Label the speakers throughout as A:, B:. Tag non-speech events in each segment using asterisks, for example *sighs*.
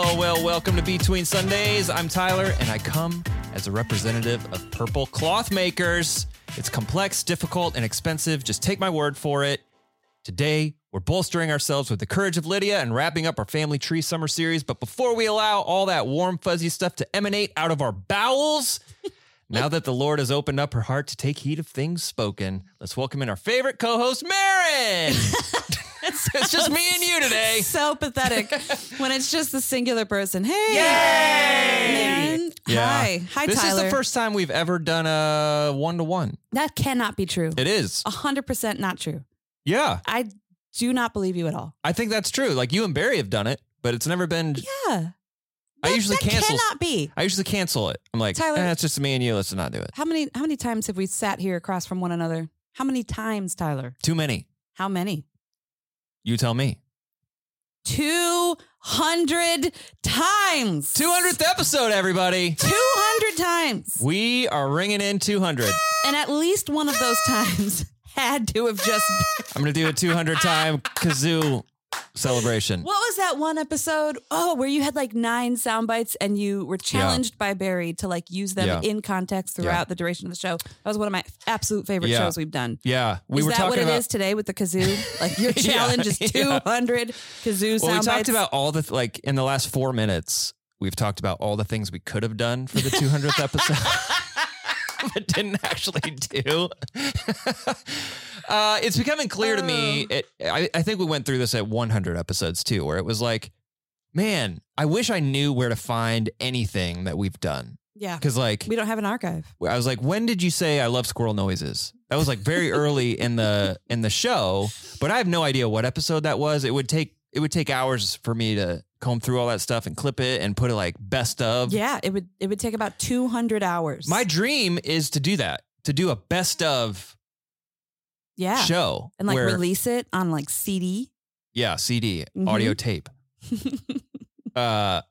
A: Welcome to Between Sundays. I'm Tyler, and I come as a representative of Purple Cloth Makers. It's complex, difficult, and expensive. Just take my word for it. Today, we're bolstering ourselves with the courage of Lydia and wrapping up our family tree summer series. But before we allow all that warm, fuzzy stuff to emanate out of our bowels, now that the Lord has opened up her heart to take heed of things spoken, let's welcome in our favorite co host, Marin. *laughs* it's just me and you today.
B: *laughs* so pathetic when it's just the singular person. Hey, Aaron. Hi, hi,
A: this
B: Tyler.
A: is the first time we've ever done a one to one.
B: that cannot be true.
A: It is.
B: A hundred percent not true.
A: Yeah.
B: I do not believe you at all.
A: I think that's true. Like you and Barry have done it, but it's never been.
B: Yeah,
A: I usually
B: that
A: cancel.
B: Cannot be.
A: I usually cancel it. I'm like,
B: Tyler-
A: eh, it's just me and you. Let's not do it.
B: How many? How many times have we sat here across from one another? How many times, Tyler?
A: Too many.
B: How many?
A: You tell me.
B: Two hundred times.
A: 200th episode, everybody.
B: Two hundred times.
A: We are ringing in 200.
B: And at least one of those times *laughs* had to have just.
A: I'm going to do a 200 time kazoo celebration.
B: What was that one episode? Oh, where you had like nine sound bites and you were challenged by Barry to like use them
A: Yeah.
B: in context throughout the duration of the show. That was one of my absolute favorite
A: Yeah.
B: shows we've done.
A: Yeah. We
B: is
A: were
B: that
A: talking
B: what
A: about.
B: it is today with
A: *laughs*
B: the kazoo? Like your challenge
A: Yeah,
B: is 200 kazoo
A: Well, we
B: sound
A: talked
B: bites.
A: about all the th- like in the last four minutes. We've talked about all the things we could have done for the
B: *laughs*
A: 200th episode, *laughs* but didn't actually do. *laughs* uh, it's becoming clear to me.
B: Oh.
A: It, I, I think we went through this at 100 episodes too, where it was like, man, I wish I knew where to find anything that we've done.
B: yeah.
A: Because like,
B: We don't have an archive.
A: I was like, when did you say I love squirrel noises? That was like very early in
B: *laughs*
A: the in the show, but I have no idea what episode that was. It would take it would take hours for me to comb through all that stuff and clip it and put it like best of.
B: Yeah, it would it would take about 200 hours.
A: My dream is to do that, to do a best of
B: yeah.
A: show
B: and like
A: where-
B: release it on like CD.
A: yeah, CD,
B: Mhm.
A: audio tape. Uh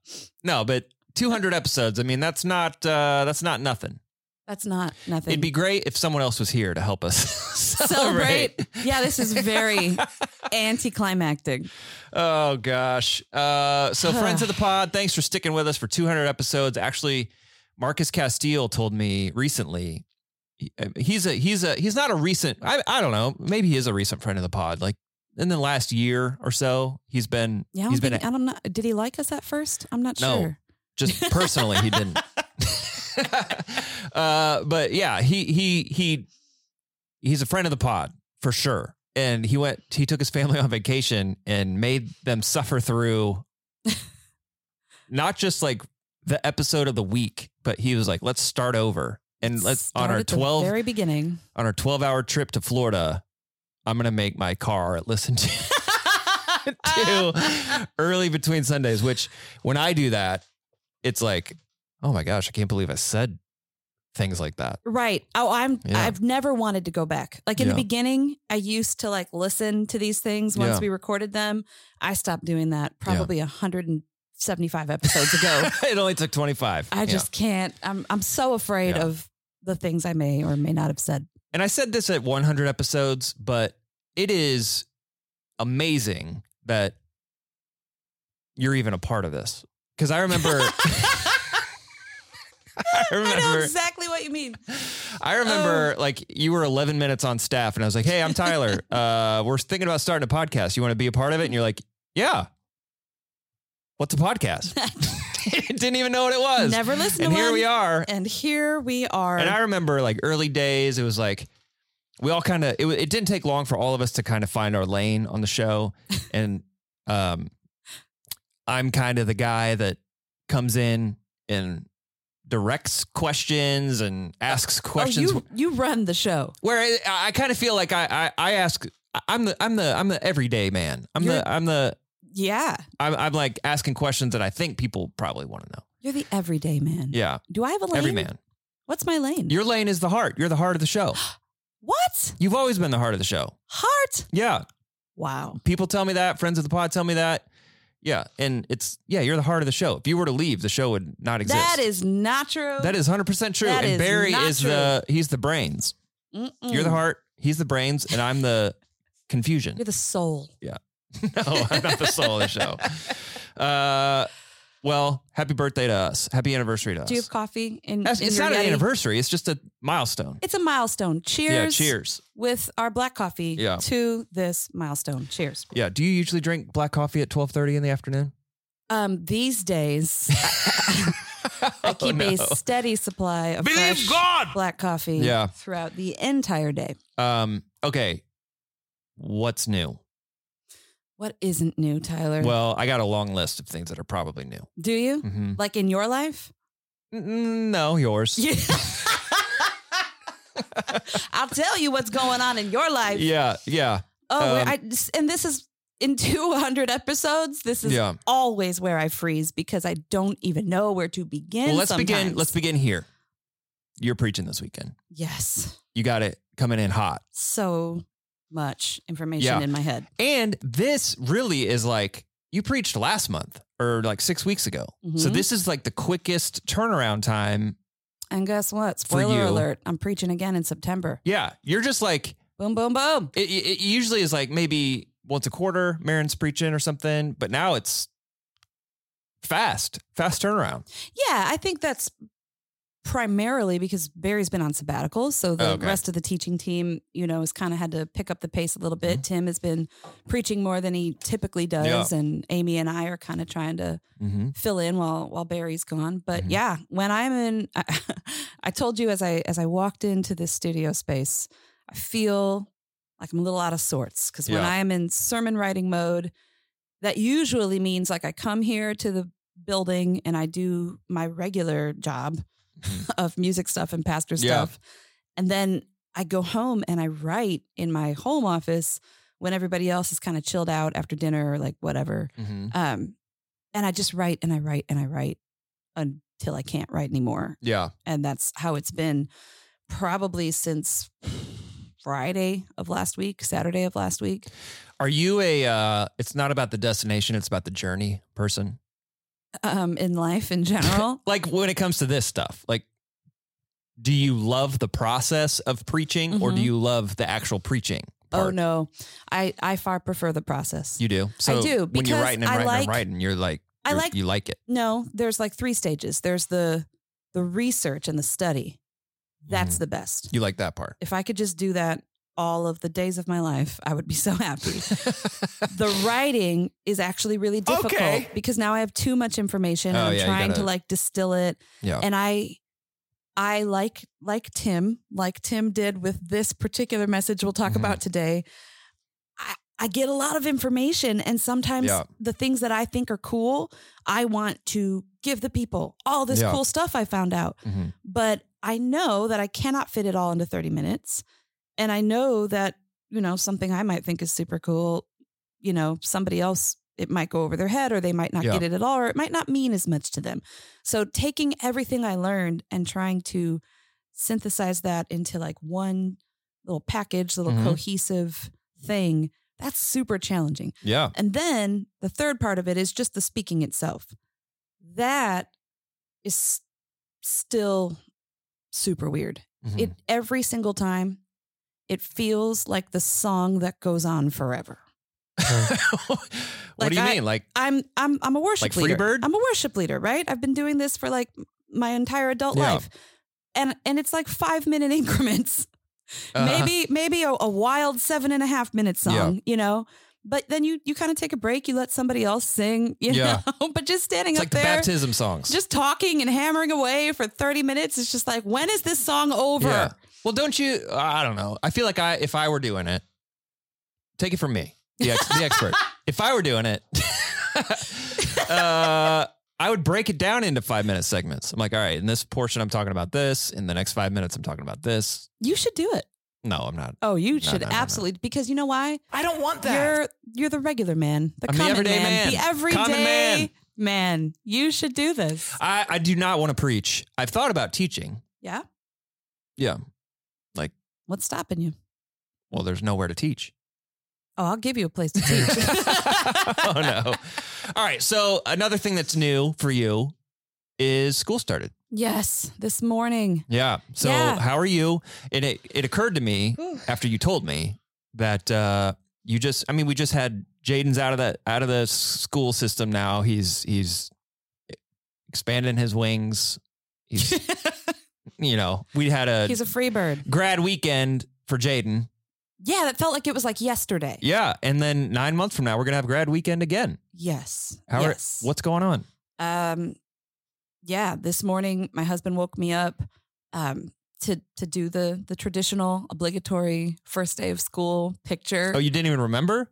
A: no, but 200 episodes. I mean, that's not uh that's not nothing.
B: *laughs* That's not nothing.
A: It'd be *laughs* great if someone else was here to help us *laughs* celebrate.
B: celebrate. yeah, this
A: *laughs*
B: is very anticlimactic.
A: Oh gosh. Uh,
B: *sighs*
A: so friends of the pod, thanks for sticking with us for 200 episodes. Actually, Marcus Castile told me recently he- uh, he's a he's a he's not a recent I I don't know, maybe he is a recent friend of the pod. Like in the last year or so, he's been
B: Yeah, I don't
A: he's been
B: think, I don't know. Did he like us at first? I'm not
A: No.
B: sure.
A: just personally he didn't uh but yeah he he he he's a friend of the pod for sure and he went he took his family on vacation and made them suffer through not just like the episode of the week but he was like let's start over and let's on
B: Start
A: our
B: at the
A: 12
B: very beginning.
A: on our 12 hour trip to Florida I'm going to make my car listen to *laughs* to early between Sundays, which when I do that, it's like, oh my gosh, I can't believe I said things like that. *laughs*
B: Right. Oh, I'm.
A: Yeah.
B: I've never wanted to go back. Like in
A: Yeah.
B: the beginning, I used to like listen to these things once
A: Yeah.
B: we recorded them. I stopped doing that probably 175
A: *laughs*
B: episodes ago.
A: it only took 25.
B: I
A: Yeah.
B: just can't. I'm. I'm so afraid
A: Yeah.
B: of the things I may or may not have said.
A: and I said this at 100 episodes, but it is amazing that you're even a part of this. Cause I
B: *laughs*
A: remember, *laughs* I remember,
B: I know exactly what you mean.
A: I remember
B: Oh.
A: like you were 11 minutes on staff and I was like, "Hey, I'm
B: *laughs*
A: Tyler. uh, we're thinking about starting a podcast. You want to be a part of it?" And you're like, "Yeah." What's a
B: *laughs*
A: podcast? *laughs* Didn't even know what it was.
B: Never listen
A: and
B: to
A: here
B: one.
A: we are.
B: And here we are. Oh,
A: And I remember like early days, it was like we all kind of it, wa- it didn't take long for all of us to kind of find our lane on the
B: *laughs*
A: show. And um I'm kind of the guy that comes in and directs questions and asks questions
B: Oh, you you run the show.
A: where I, I kind of feel like I, I I ask I'm the I'm the I'm the everyday man. I'm
B: You're-
A: the I'm the
B: Yeah,
A: I'm, I'm like asking questions that I think people probably want to know.
B: you're the everyday man.
A: Yeah,
B: Do I have a lane?
A: every man.
B: What's my lane?
A: Your lane is the heart. You're the heart of the
B: *gasps*
A: show.
B: what?
A: You've always been the heart of the show.
B: Heart?
A: Yeah,
B: Wow.
A: people tell me that. Friends of the pod tell me that. Yeah, and it's yeah, you're the heart of the show. If you were to leave, the show would not exist.
B: That is not true.
A: that is 100% true.
B: That
A: and
B: is
A: Barry
B: not Mm.
A: is the he's the brains.
B: Mm-mm.
A: You're the heart, he's the brains, and I'm the confusion. *laughs*
B: You're the soul.
A: No, I'm not the soul of the show. Uh, Well, happy birthday to us. Happy anniversary to us.
B: Do you have coffee in,
A: That's-
B: in
A: it's
B: your
A: not an
B: Yeti?
A: anniversary. It's just a milestone.
B: It's a milestone. Cheers.
A: Yeah, cheers.
B: With our black coffee
A: Yeah.
B: to this milestone. Cheers.
A: Yeah. Do you usually drink black coffee at twelve thirty in the
B: *laughs*
A: afternoon?
B: Um, these days, I
A: *laughs* Oh,
B: keep
A: no.
B: a steady supply of
A: Believe
B: fresh
A: God!
B: black coffee
A: Yeah.
B: throughout the entire day.
A: Um, okay. What's new?
B: What isn't new, Tyler?
A: Well, I got a long list of things that are probably new.
B: Do you?
A: Mm-hmm. Mm,
B: Like in your life?
A: No, yours.
B: Yeah. *laughs* I'll tell you what's going on in your life.
A: Yeah. Yeah.
B: Oh, where
A: Um,
B: I, and this is in *laughs* 200 episodes. This is
A: Yeah.
B: always where I freeze because I don't even know where to begin.
A: Well, let's begin.
B: sometimes.
A: Let's begin here. You're preaching this weekend.
B: Yes.
A: You got it coming in hot.
B: So much information
A: Yeah.
B: in my head.
A: And this really is like you preached last month or like six weeks ago. So
B: Mhm.
A: this is like the quickest turnaround time.
B: And guess what?
A: For
B: Spoiler
A: you.
B: alert. I'm preaching again in September.
A: Yeah. You're just like,
B: Boom, boom, boom.
A: it, it it usually is like maybe once a quarter, Marin's preaching or something, but now it's fast, fast turnaround.
B: Yeah, I think that's primarily because Barry's been on sabbatical, so the
A: Okay.
B: rest of the teaching team, you know, has kind of had to pick up the pace a little bit. Tim has been preaching more than he typically does, and Amy and I are kind of trying to
A: Mm-hmm.
B: fill in while while Barry's gone. But
A: Mhm.
B: yeah, when I'm in, *laughs* I, told you as I as I walked into this studio space, I feel like I'm a little out of sorts because when
A: Yeah.
B: I am in sermon writing mode, that usually means like I come here to the building and I do my regular job
A: Mhm.
B: *laughs* of music stuff and pastor
A: Yeah.
B: stuff, and then I go home and I write in my home office when everybody else is kind of chilled out after dinner or like whatever.
A: Mm-hmm.
B: Um, and I just write and I write and I write until I can't write anymore.
A: Yeah.
B: And that's how it's been probably since Friday of last week, Saturday of last week.
A: Are you a, uh, it's not about the destination, it's about the journey person?
B: Um, in life in general,
A: Like when it comes to this stuff, like, do you love the process of preaching or do
B: Mhm.
A: you love the actual preaching?
B: oh
A: *laughs* part?
B: no, I I far prefer the process.
A: You do. So
B: do,
A: when you're
B: because
A: writing and
B: I
A: writing and
B: like-
A: writing, you're like,
B: I
A: you're-
B: like-
A: you like it.
B: No, there's like three stages. There's the the research and the study. That's
A: Mm.
B: the best.
A: Mm-hmm. You like that
B: *laughs*
A: part.
B: If I could just do that all of the days of my life, I would be so happy. the writing is actually really difficult
A: Okay.
B: because now I have too much information and
A: Oh,
B: I'm
A: yeah, you
B: trying
A: gotta-
B: to like distill it.
A: Yeah.
B: And I I like like Tim, like Tim did with this particular message we'll talk
A: Mhm.
B: about today. I I get a lot of information and sometimes
A: Yeah.
B: the things that I think are cool, I want to give the people all this
A: Yeah.
B: cool stuff I found out
A: Mhm.
B: but I know that I cannot fit it all into 30 minutes. And I know that, you know, something I might think is super cool, you know, somebody else, it might go over their head or they might not
A: Yeah.
B: get it at all, or it might not mean as much to them. So taking everything I learned and trying to synthesize that into like one little package, little
A: Mhm.
B: cohesive thing, that's super challenging.
A: Yeah.
B: And then the third part of it is just the speaking itself. That is s- still super weird.
A: Mhm. *laughs*
B: It every single time it feels like the song that goes on forever.
A: what
B: Like,
A: do you
B: I-
A: mean? Like,
B: I'm I'm I'm a
A: Like
B: worship leader.
A: Freebird?
B: I'm a worship leader, right? I've been doing this for like my entire adult
A: Yeah.
B: life. And and it's like five minute *laughs* increments.
A: uh,
B: maybe maybe a, a wild seven and a half minute song you know but then you you kind of take a break you let somebody else sing *laughs* you
A: Yeah.
B: know but just
A: *laughs*
B: standing
A: it's
B: up
A: like the
B: there
A: baptism songs.
B: just talking and hammering away for 30 minutes it's just like when is this song over
A: Yeah. Well, don't you? I don't know. I feel like I, if I were doing it, take it from me, the, ex, the
B: *laughs*
A: expert. If I were doing it, *laughs* uh, I would break it down into five minute segments. I'm like, all right, in this portion, I'm talking about this. In the next five minutes, I'm talking about this.
B: you should do it
A: No, I'm not.
B: oh you should
A: no, no, no.
B: absolutely because you know why
A: I don't want
B: you're you're the regular man the
A: I'm the
B: common
A: everyday man.
B: man, the everyday
A: Common man.
B: man. you should do this
A: I, I do not want to preach. I've thought about teaching.
B: yeah
A: Yeah.
B: what's stopping you
A: Well, there's nowhere to teach. *laughs*
B: oh i'll give you a place to teach
A: oh no. All right. So another thing that's new for you is school started.
B: yes this morning
A: Yeah. So
B: Yeah.
A: how are you? And it it occurred to me after you told me that uh, you just I mean we just had Jaden's out of that out of the school system now. He's he's expanding his wings.
B: *laughs*
A: He's, you know, we had a
B: He's a free bird.
A: grad weekend for Jaden.
B: Yeah, that felt like it was like yesterday.
A: Yeah. And then nine months from now, we're going to have grad weekend again.
B: Yes.
A: How are-
B: yes.
A: what's going on?
B: um yeah this morning my husband woke me up um to to do the the traditional obligatory first day of school picture
A: Oh, you didn't even remember?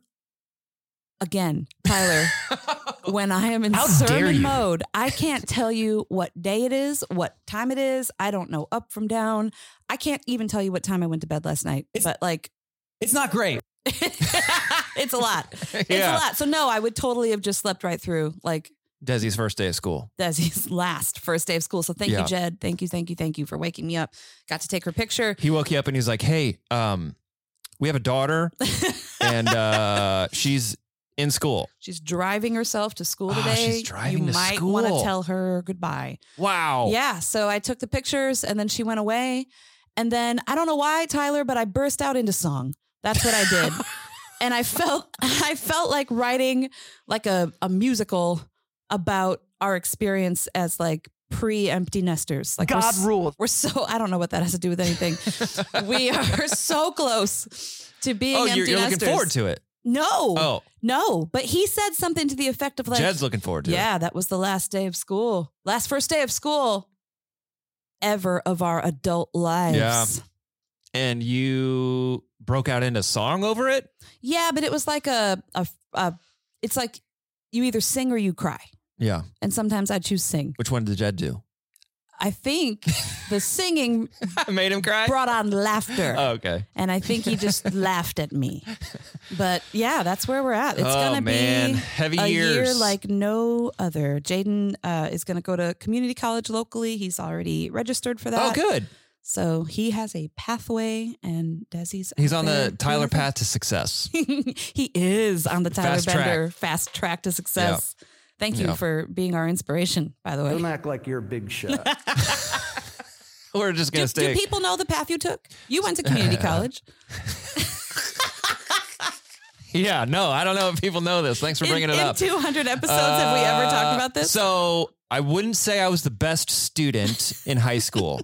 B: again tyler
A: Oh,
B: when i am in
C: How dare
B: sermon
C: you.
B: mode i can't tell you what day it is what time it is i don't know up from down i can't even tell you what time i went to bed last night
C: It's-
B: but like *laughs*
C: It's not
A: *laughs*
C: great.
B: it's a lot it's
A: yeah.
B: a lot so no i would totally have just slept right through like *laughs*
A: Desi's first day of school.
B: Desi's last first day of school. So thank
A: Yeah.
B: you, Jed. Thank you, thank you, thank you for waking me up. Got to take her picture.
A: He woke you up and he's like, hey, um, we have a daughter and uh, she's in school.
B: she's driving herself to school
A: Ah,
B: today.
A: she's driving to
B: you might want
A: school.
B: to tell her goodbye.
A: Wow. *laughs*
B: Yeah. So I took the pictures and then she went away. And then I don't know why, Tyler, but I burst out into song. That's what I
A: *laughs*
B: did. and I felt *laughs* I felt like writing like a, a musical about our experience as like pre empty nesters. Like we're
C: God rules.
B: We're so I don't know what that has to do with
A: *laughs*
B: anything. we are so close to being
A: Oh,
B: empty
A: you're, you're looking
B: nesters.
A: forward to it.
B: no,
A: Oh,
B: no. But he said something to the effect of like,
A: Jed's looking forward to it.
B: "Yeah, that was the last day of school, last first day of school ever of our adult lives."
A: Yeah. And you broke out into song over it?
B: Yeah, but it was like a a, a it's like you either sing or you cry,
A: Yeah.
B: and sometimes I choose sing.
A: Which one did Jed do?
B: I think
A: *laughs*
B: the singing
A: I made him cry.
B: brought on laughter.
A: Oh, okay.
B: and I think he
A: *laughs*
B: just laughed at me. But yeah, that's where we're at. It's
A: oh,
B: gonna
A: man.
B: be
A: Heavy
B: a
A: years.
B: year like no other. Jaden uh, is gonna go to community college locally. He's already registered for that.
A: Oh, good.
B: So he has a pathway, and Desi's
A: He's
B: out
A: on
B: there
A: the
B: doing
A: Tyler
B: her thing.
A: path to success.
B: *laughs*
A: *laughs*
B: he is on the Tyler
A: Fast track.
B: Bender fast track to success. Thank you
A: Yeah.
B: for being our inspiration, by the way.
D: Don't act like you're a
B: *laughs*
D: big shot.
A: We're just
B: Do,
A: gonna
B: do
A: stay.
B: people know the path you took? You went to community college.
A: *laughs* yeah, no, I don't know if people know this. Thanks for bringing
B: in,
A: it
B: in
A: up.
B: 200 episodes, have we ever
A: Uh,
B: talked about this?
A: So I wouldn't say I was the best student in high
B: *laughs*
A: school.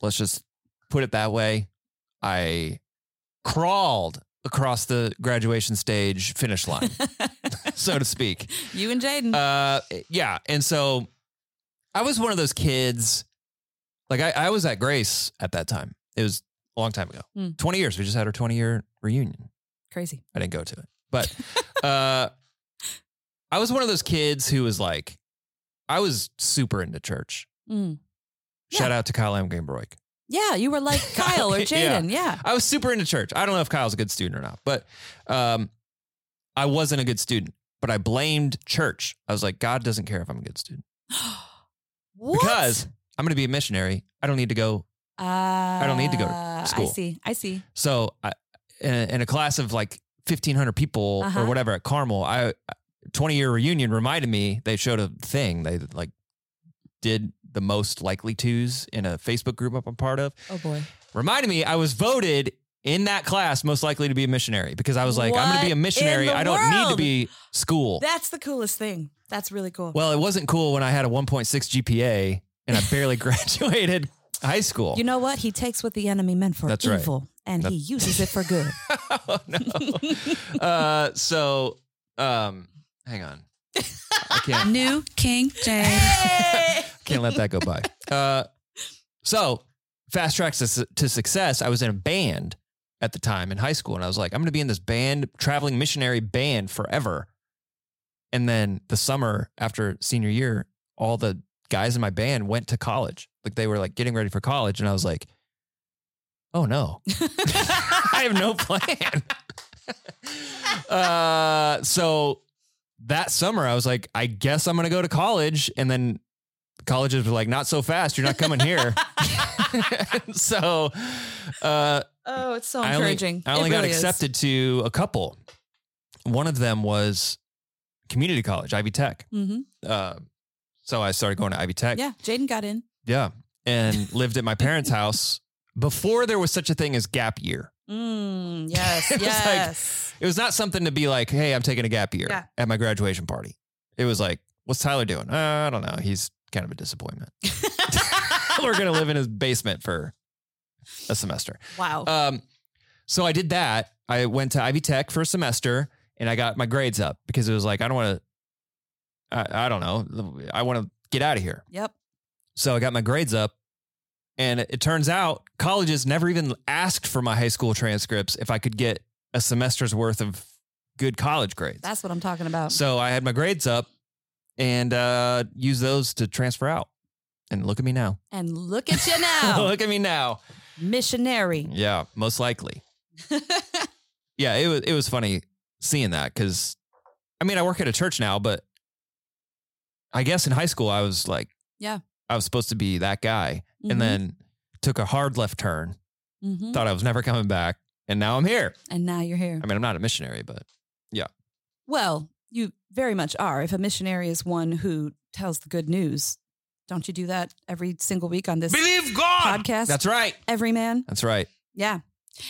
A: Let's just put it that way. I crawled across the graduation stage finish line, so to speak.
B: *laughs* you and Jaden.
A: Uh, yeah, and so I was one of those kids. Like I, I was at Grace at that time. It was a long time ago.
B: Hmm.
A: Twenty years. We just had our twenty year reunion.
B: Crazy.
A: I didn't go to it. But uh, I was one of those kids who was like, I was super into church.
B: Mm.
A: Shout out to Kyle M. Gamebroik.
B: Yeah, you were like
A: *laughs*
B: Kyle or
A: Yeah.
B: Jaden. Yeah.
A: I was super into church. I don't know if Kyle's a good student or not, but um, I wasn't a good student. But I blamed church. I was like, God doesn't care if I'm a good student *gasps*
B: What?
A: because I'm going to be a missionary. I don't need to go.
B: uh,
A: don't need to go to
B: I
A: school.
B: see. I see.
A: So I, in, a, in a class of like 1,500 people
B: Uh-huh.
A: or whatever at Carmel, I 20 year reunion reminded me they showed a thing. They like did the most likely twos in a Facebook group I'm a part of.
B: Oh boy.
A: reminded me I was voted in that class most likely to be a missionary because I was like, I'm going
B: What
A: to be a missionary.
B: in the
A: I don't need to
B: world?
A: be school.
B: That's the coolest thing. That's really cool.
A: well, it wasn't cool when I had a 1.6 GPA and I barely *laughs* graduated high school.
B: you know what? He takes what the enemy meant for
A: That's right.
B: evil and he uses it
A: *laughs*
B: for good.
A: oh, no. *laughs* uh, so, um, hang on. I can't,
B: New King James.
A: can't let that go by. Uh, so, fast tracks to, su- to success. I was in a band at the time in high school, and I was like, I'm going to be in this band, traveling missionary band forever. And then the summer after senior year, all the guys in my band went to college. Like they were like getting ready for college, and I was like, oh no, *laughs* I have no plan. *laughs* uh, so that summer, I was like, I guess I'm going to go to college. And then colleges were like, not so fast. You're not coming
B: *laughs*
A: here. *laughs* so uh,
B: oh, it's so
A: I only,
B: encouraging.
A: I only
B: It
A: got
B: really is.
A: accepted to a couple. One of them was community college, Ivy Tech.
B: Mhm.
A: Uh, so I started going to Ivy Tech.
B: Yeah, Jaden got in.
A: Yeah.
B: *laughs*
A: And lived at my parents' house before there was such a thing as gap year.
B: Mm, yes,
A: *laughs* It was like- *laughs*
B: yes.
A: It was not something to be like, hey, I'm taking a gap year
B: Yeah.
A: at my graduation party. It was like, what's Tyler doing? Uh, I don't know. He's kind of a disappointment.
B: *laughs*
A: We're going to live in his basement for a semester.
B: Wow.
A: Um, so I did that. I went to Ivy Tech for a semester and I got my grades up because it was like, I don't want to, I, I don't know. I want to get out of here.
B: yep.
A: So I got my grades up. And it turns out colleges never even asked for my high school transcripts if I could get a semester's worth of good college grades.
B: That's what I'm talking about.
A: So I had my grades up and uh, used those to transfer out. And look at me now.
B: and look at you
A: *laughs*
B: now.
A: look at me now.
B: Missionary.
A: Yeah, most likely.
B: *laughs*
A: Yeah, it was it was funny seeing that because I mean I work at a church now, but I guess in high school I was like,
B: Yeah.
A: I was supposed to be that guy,
B: Mhm.
A: and then took a hard left turn,
B: Mhm.
A: thought I was never coming back, and now I'm here.
B: and now you're here.
A: I mean I'm not a missionary, but
B: Well, you very much are. If a missionary is one who tells the good news, don't you do that every single week on this
A: believe God.
B: podcast?
A: That's right.
B: every man.
A: That's right.
B: Yeah.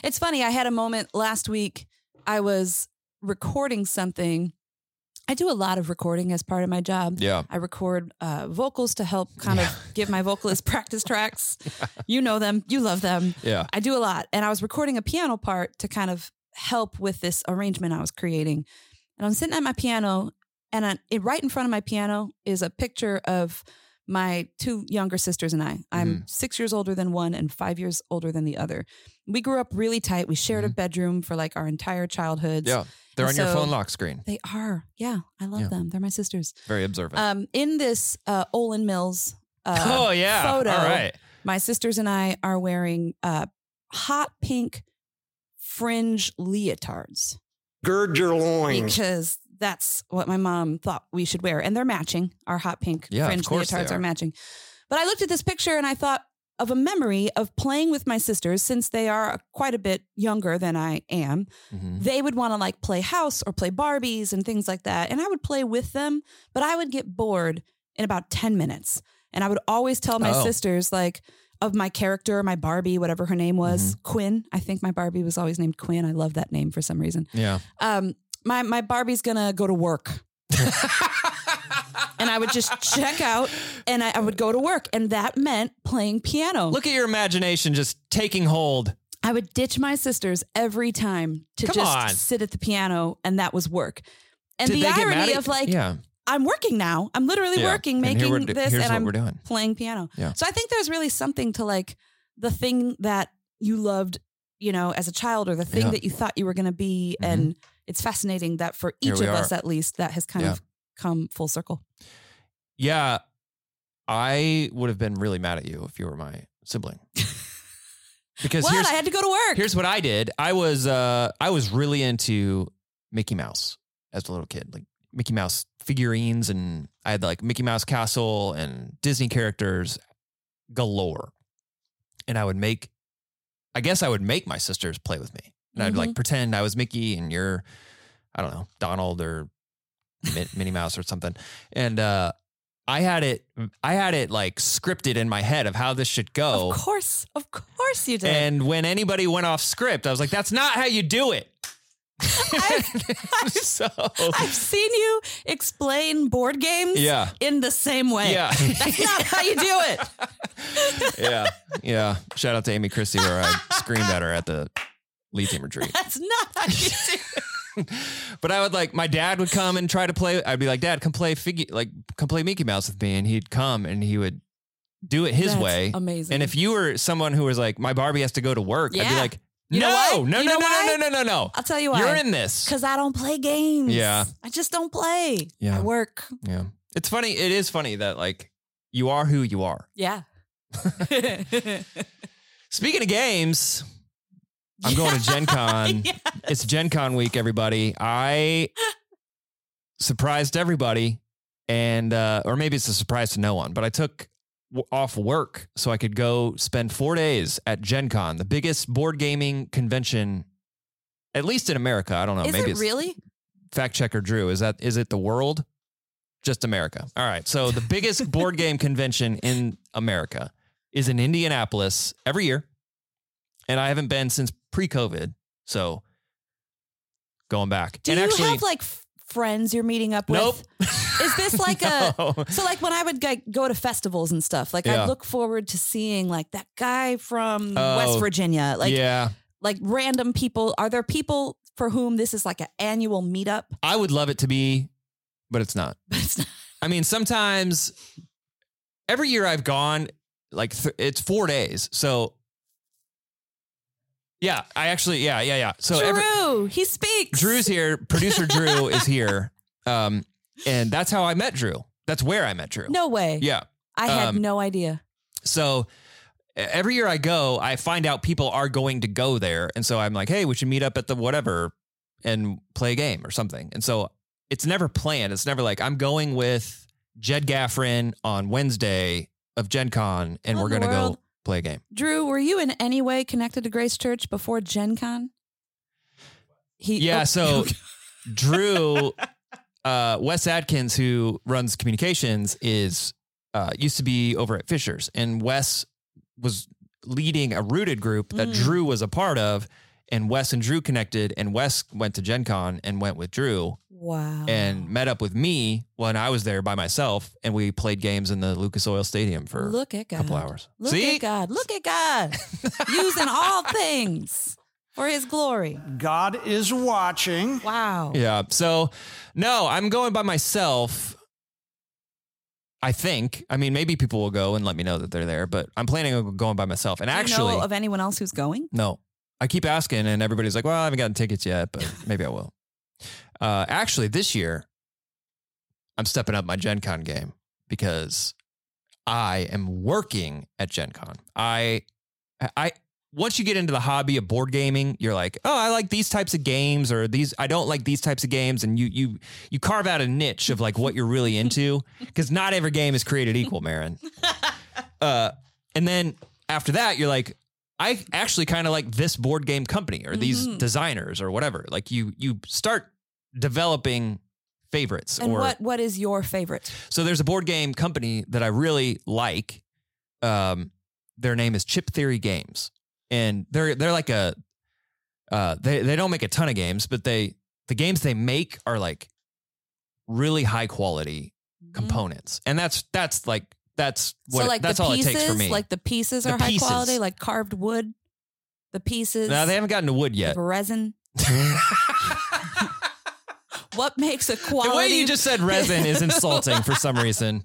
B: It's funny. I had a moment last week. I was recording something. I do a lot of recording as part of my job.
A: Yeah.
B: I record uh, vocals to help kind of give my vocalist practice tracks. You know them, you love them.
A: Yeah.
B: I do a lot. And I was recording a piano part to kind of help with this arrangement I was creating. And I'm sitting at my piano, and I, it, right in front of my piano is a picture of my two younger sisters and I. I'm
A: Mm-hmm.
B: six years older than one and five years older than the other. We grew up really tight. We shared a bedroom for like our entire childhoods.
A: Mm-hmm. Yeah. They're on your
B: So-
A: phone lock screen.
B: They are. Yeah. I love
A: Yeah.
B: them. They're my sisters.
A: Very observant.
B: Um, in this uh, Olin Mills uh,
A: *laughs* oh yeah.
B: photo.
A: All right.
B: my sisters and I are wearing uh, hot pink fringe leotards
C: Gird your loins.
B: because that's what my mom thought we should wear. And they're matching. Our hot pink
A: Yeah, of
B: fringe
A: course they
B: leotards
A: are.
B: are matching. But I looked at this picture and I thought of a memory of playing with my sisters since they are quite a bit younger than I am
A: Mhm.
B: they would want to like play house or play Barbies and things like that. And I would play with them, but I would get bored in about 10 minutes. And I would always tell my
A: Oh.
B: sisters, like, of my character, my Barbie, whatever her name was,
A: Mm-hmm.
B: Quinn. I think my Barbie was always named Quinn. I love that name for some reason.
A: Yeah.
B: Um, my, my Barbie's gonna go to work. and I would just check out and I, I would go to work. And that meant playing piano.
A: Look at your imagination just taking hold.
B: I would ditch my sisters every time to
A: Come
B: just
A: on.
B: sit at the piano, and that was work. And
A: Did
B: the
A: they get mad
B: irony
A: at-
B: of like,
A: yeah,
B: I'm working now. I'm literally
A: yeah.
B: working,
A: And here
B: making
A: we're do-
B: this,
A: Here's
B: and
A: what
B: I'm
A: we're doing.
B: playing piano.
A: Yeah.
B: So I think there's really something to like the thing that you loved, you know, as a child, or the thing
A: Yeah.
B: that you thought you were going to be.
A: Mhm.
B: And it's fascinating that for
A: Here
B: each
A: we
B: of us,
A: are.
B: at least, that has kind
A: Yeah.
B: of come full circle.
A: Yeah, I would have been really mad at you if you were my sibling. because
B: What?
A: here's
B: I had to go to work.
A: here's what I did. I was uh I was really into Mickey Mouse as a little kid, like Mickey Mouse figurines, and I had like Mickey Mouse Castle and Disney characters galore. And I would make, I guess I would make my sisters play with me, and I'd
B: Mm-hmm.
A: like pretend I was Mickey and you're, I don't know, Donald or Mi- Minnie Mouse or something, and uh. I had it, I had it like scripted in my head of how this should go.
B: Of course. Of course you did.
A: And when anybody went off script, I was like, that's not how you do
B: *laughs*
A: it. *laughs* so,
B: I've seen you explain board games
A: yeah.
B: *laughs* in the same way.
A: Yeah.
B: That's not how you do
A: *laughs*
B: it.
A: yeah. Yeah. Shout out to Amy Christie, where I screamed at her at the lead team retreat. *laughs*
B: That's not how you do it.
A: But I would like, my dad would come and try to play. I'd be like, Dad, come play figure, like, come play Mickey Mouse with me. And he'd come and he would do it his
B: That's
A: way.
B: Amazing.
A: And if you were someone who was like, my Barbie has to go to work, I'd be
B: Yeah.
A: like,
B: You know
A: no,
B: why?
A: no,
B: You
A: no, no,
B: know why?
A: no, no, no, no,
B: I'll tell you
A: no.
B: why.
A: You're in this.
B: Cause I don't play games.
A: Yeah.
B: I just don't play.
A: Yeah.
B: I work.
A: Yeah. It's funny. It is funny that like you are who you are.
B: Yeah.
A: Speaking of games, I'm going to Gen Con.
B: *laughs* Yeah.
A: It's Gen Con week, everybody.
B: *laughs*
A: I surprised everybody and uh, or maybe it's a surprise to no one, but I took w- off work so I could go spend four days at Gen Con, the biggest board gaming convention, at least in America. I don't know.
B: Is
A: maybe
B: it
A: it's
B: really?
A: fact checker Drew. Is that is it the world? Just America. All right. So the biggest
B: *laughs*
A: board game convention in America is in Indianapolis every year. And I haven't been since pre-COVID. So going back.
B: Do
A: and
B: you
A: actually
B: have like f- friends you're meeting up with?
A: Nope. *laughs*
B: Is this like
A: No.
B: a so like when I would like, go to festivals and stuff? Like
A: Yeah.
B: I look forward to seeing like that guy from
A: Oh.
B: West Virginia, like
A: yeah.
B: like random people. Are there people for whom this is like an annual meetup? *laughs*
A: I would love it to be, but it's not.
B: But it's not.
A: I mean, sometimes every year I've gone, like th- it's four days. So, yeah, I actually, yeah, yeah, yeah. So,
B: Drew,
A: every,
B: he speaks.
A: Drew's here. Producer Drew is here. Um, and that's how I met Drew. That's where I met Drew.
B: no way.
A: Yeah.
B: I had
A: um,
B: no idea.
A: So e, every year I go, I find out people are going to go there. And so I'm like, hey, we should meet up at the whatever and play a game or something. And so it's never planned. It's never like, I'm going with Jed Gaffrin on Wednesday of Gen Con and
B: What
A: we're
B: in
A: going
B: the
A: to go
B: world?
A: play a game.
B: Drew, were you in any way connected to Grace Church before Gen Con? He
A: Yeah.
B: oh, *laughs*
A: So Drew, uh, Wes Adkins, who runs communications, is uh, used to be over at Fisher's, and Wes was leading a rooted group that
B: Mm.
A: Drew was a part of. And Wes and Drew connected, and Wes went to Gen Con and went with Drew
B: wow.
A: and met up with me when I was there by myself. And we played games in the Lucas Oil Stadium for
B: look at
A: a
B: God.
A: couple hours.
B: Look
A: See?
B: at God. Look at God. Using
A: *laughs*
B: all things for his glory.
D: God is watching.
B: Wow.
A: Yeah. So, no, I'm going by myself. I think. I mean, maybe people will go and let me know that they're there, but I'm planning on going by myself. And
B: Do
A: actually,
B: you know of anyone else who's going?
A: no, I keep asking, and everybody's like, "Well, I haven't gotten tickets yet, but maybe I will." Uh, actually, this year, I'm stepping up my Gen Con game because I am working at Gen Con. I, I. Once you get into the hobby of board gaming, you're like, oh, I like these types of games, or these I don't like these types of games, and you you you carve out a niche of like what you're really into, because not every game is created equal, Marin. Uh, and then after that, you're like, I actually kind of like this board game company or these
B: Mhm.
A: designers or whatever. Like you you start developing favorites
B: And
A: or
B: what what is your favorite?
A: so there's a board game company that I really like. Um, their name is Chip Theory Games, and they're they're like a uh, they they don't make a ton of games, but they the games they make are like really high quality components, and that's that's like that's what
B: Mm-hmm. so like
A: that's
B: the
A: all
B: pieces,
A: it takes for me.
B: like the pieces
A: The
B: are
A: pieces.
B: high quality, like carved wood. The pieces.
A: no, they haven't gotten to wood
B: *laughs* of
A: yet. *laughs*
B: resin. What makes a quality?
A: The way you just said resin is insulting for some
B: *laughs*
A: reason.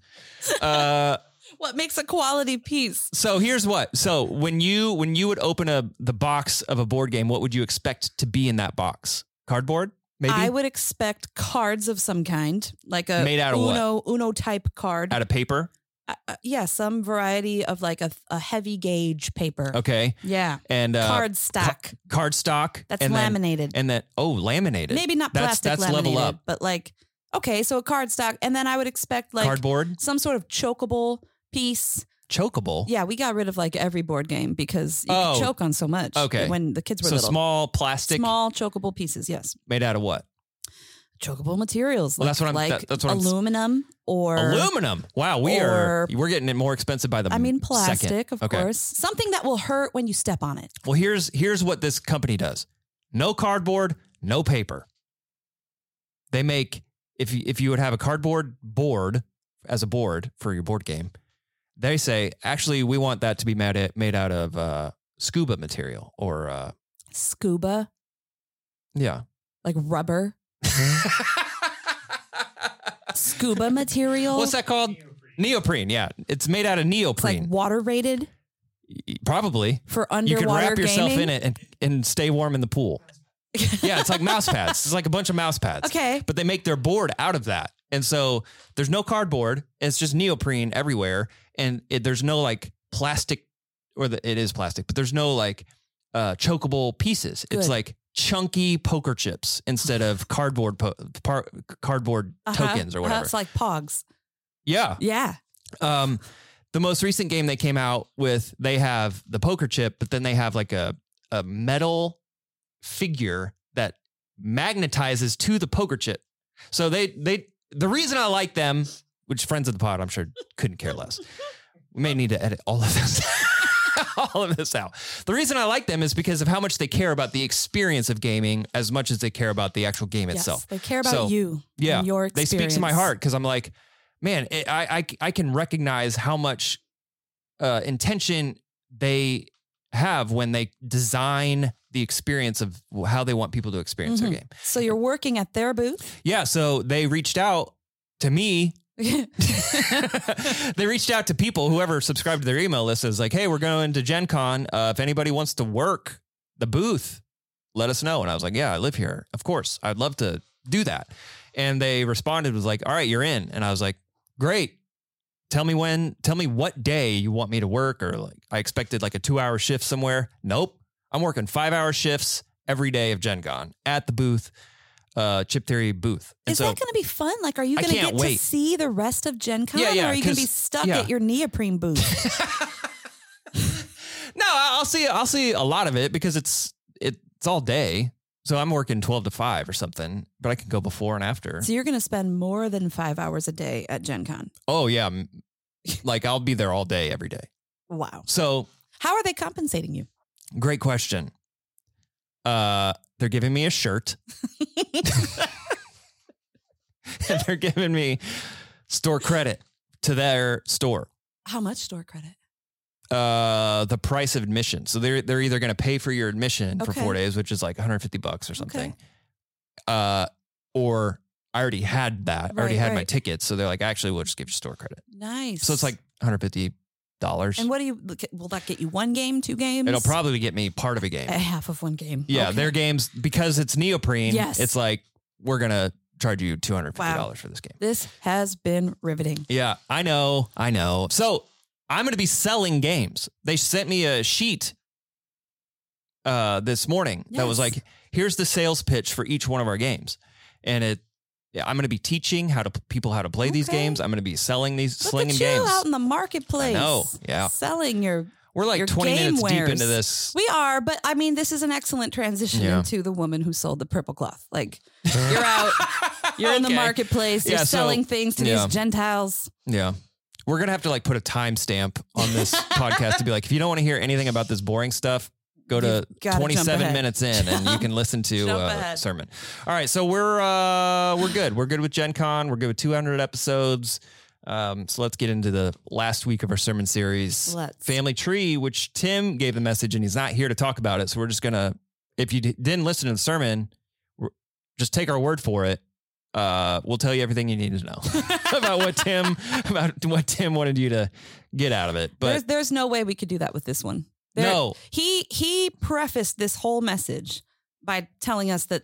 A: Uh,
B: what makes a quality piece?
A: so here's what so when you when you would open a the box of a board game what would you expect to be in that box cardboard maybe
B: I would expect cards of some kind, like a
A: Made out of what?
B: Uno Uno type card.
A: out of paper
B: Uh, uh, yeah, some variety of like a, a heavy gauge paper.
A: okay
B: Yeah,
A: and uh,
B: card stack
A: card stock
B: that's
A: and then-
B: laminated.
A: and then oh laminated
B: Maybe not
A: that's
B: plastic
A: that's
B: laminated,
A: level up
B: but like okay, so a card stock, and then I would expect like
A: cardboard
B: some sort of chokeable piece.
A: chokeable
B: Yeah, we got rid of like every board game because you
A: Oh.
B: could choke on so much.
A: Okay.
B: when the kids were
A: so
B: little.
A: small plastic
B: small chokeable pieces. Yes,
A: made out of what
B: chokeable materials.
A: Well,
B: like,
A: that's what I'm-
B: like
A: that- that's what I'm s-
B: aluminum or
A: aluminum wow we are
B: or-
A: we're getting it more expensive by the
B: I mean plastic,
A: second.
B: of
A: Okay.
B: course. Something that will hurt when you step on it.
A: well here's here's what this company does no cardboard no paper they make if you, if you would have a cardboard board as a board for your board game they say actually we want that to be made, out- made out of uh, scuba material or uh,
B: Scuba,
A: yeah
B: like rubber,
A: *laughs*
B: scuba material.
A: what's that called neoprene yeah it's made out of
B: It's like
A: neoprene
B: water rated
A: probably
B: for
A: you
B: underwater
A: could wrap
B: gaming.
A: yourself in it and, and stay warm in the
B: *laughs*
A: pool yeah it's like mouse pads it's like a bunch of mouse pads
B: Okay.
A: but they make their board out of that. And so there's no cardboard. It's just neoprene everywhere. And it, there's no like plastic, or the, it is plastic, but there's no like uh, chokeable pieces. It's
B: Good.
A: like chunky poker chips instead of cardboard po- par- cardboard
B: Uh-huh.
A: tokens or
B: Uh-huh.
A: whatever.
B: It's like pogs.
A: yeah.
B: Yeah.
A: Um, the most recent game they came out with, they have the poker chip, but then they have like a a metal figure that magnetizes to the poker chip. So they they the reason I like them, which friends of the pod, I'm sure couldn't care less. We may need to edit all of this. *laughs* all of this out. The reason I like them is because of how much they care about the experience of gaming as much as they care about the actual game
B: Yes,
A: itself.
B: they care about
A: So,
B: you.
A: Yeah,
B: and your
A: they
B: experience.
A: speak to my heart because I'm like, man, it, I, I I can recognize how much uh, intention they have when they design the experience of how they want people to experience
B: Mhm.
A: their game.
B: So you're working at their booth.
A: Yeah, so they reached out to
B: *laughs*
A: me *laughs* they reached out to people, whoever subscribed to their email list, is like, hey, we're going to Gen Con. Uh, if anybody wants to work the booth, let us know. And I was like, yeah, I live here. Of course, I'd love to do that. And they responded, was like, all right, you're in. And I was like, great. Tell me when, tell me what day you want me to work. Or like, I expected like a two hour shift somewhere. Nope. I'm working five hour shifts every day of Gen Con at the booth, uh, Chip Theory booth. And
B: Is that going to be fun? Like, are you
A: I
B: going to
A: can't
B: get
A: wait.
B: to see the rest of Gen Con,
A: Yeah, yeah,
B: or are you
A: 'cause-
B: going to be stuck
A: yeah.
B: at your
A: *laughs*
B: neoprene booth?
A: No, I- I'll see. I'll see a lot of it because it's it, it's all day. So I'm working twelve to five or something, but I can go before and after.
B: so you're going to spend more than five hours a day at Gen Con.
A: Oh yeah, I'm- like I'll be there all day every day.
B: Wow.
A: So
B: How are they compensating you?
A: great question. Uh, they're giving me a shirt. *laughs* and they're giving me store credit to their store.
B: How much store credit?
A: Uh, the price of admission. So they're they're either going to pay for your admission for
B: Okay.
A: four days, which is like 150 bucks or something. Uh, or I already had that. I already
B: Right,
A: had my
B: right.
A: tickets, so they're like, actually, we'll just give you store credit.
B: Nice.
A: So it's like 150 dollars.
B: and what do you? Will that get you one game, two games?
A: It'll probably get me part of a game.
B: a half of one game.
A: Yeah,
B: Eh, Okay.
A: their games because it's neoprene.
B: Yes.
A: it's like we're gonna charge you 250
B: Wow.
A: dollars for this game.
B: This has been riveting.
A: Yeah, I know, I know. So I'm going to be selling games. They sent me a sheet uh, this morning that was
B: Yes.
A: like, here's the sales pitch for each one of our games, and it. Yeah, I'm going to be teaching how to people how to play these
B: Okay.
A: games. I'm going to be selling these
B: Look
A: slinging
B: at you
A: games.
B: out in the marketplace.
A: I know, yeah.
B: Selling your.
A: We're like
B: your
A: 20
B: game
A: minutes deep
B: wares.
A: into this.
B: We are, but I mean, this is an excellent transition
A: Yeah.
B: into the woman who sold the purple cloth.
A: *laughs*
B: Like, you're out, you're in the
A: Okay.
B: marketplace, you're
A: Yeah, so-
B: selling things to
A: yeah.
B: these Gentiles.
A: Yeah. We're going to have to like put a timestamp on
B: *laughs*
A: this podcast to be like, if you don't want to hear anything about this boring stuff, go to
B: You've gotta jump
A: 27
B: ahead.
A: minutes in and you can listen to
B: Jump
A: uh,
B: ahead.
A: sermon. All right. So we're, uh, we're good. We're good with Gen Con. We're good with 200 episodes. Um, so let's get into the last week of our sermon series,
B: Let's.
A: Family Tree, which Tim gave the message and he's not here to talk about it. So we're just going to, if you d- didn't listen to the sermon, we're- just take our word for it uh, we'll tell you everything you need to know *laughs* about what Tim *laughs* about what Tim wanted you to get out of it.
B: there's,
A: But
B: there's no way we could do that with this one. There-
A: no,
B: He, he prefaced this whole message by telling us that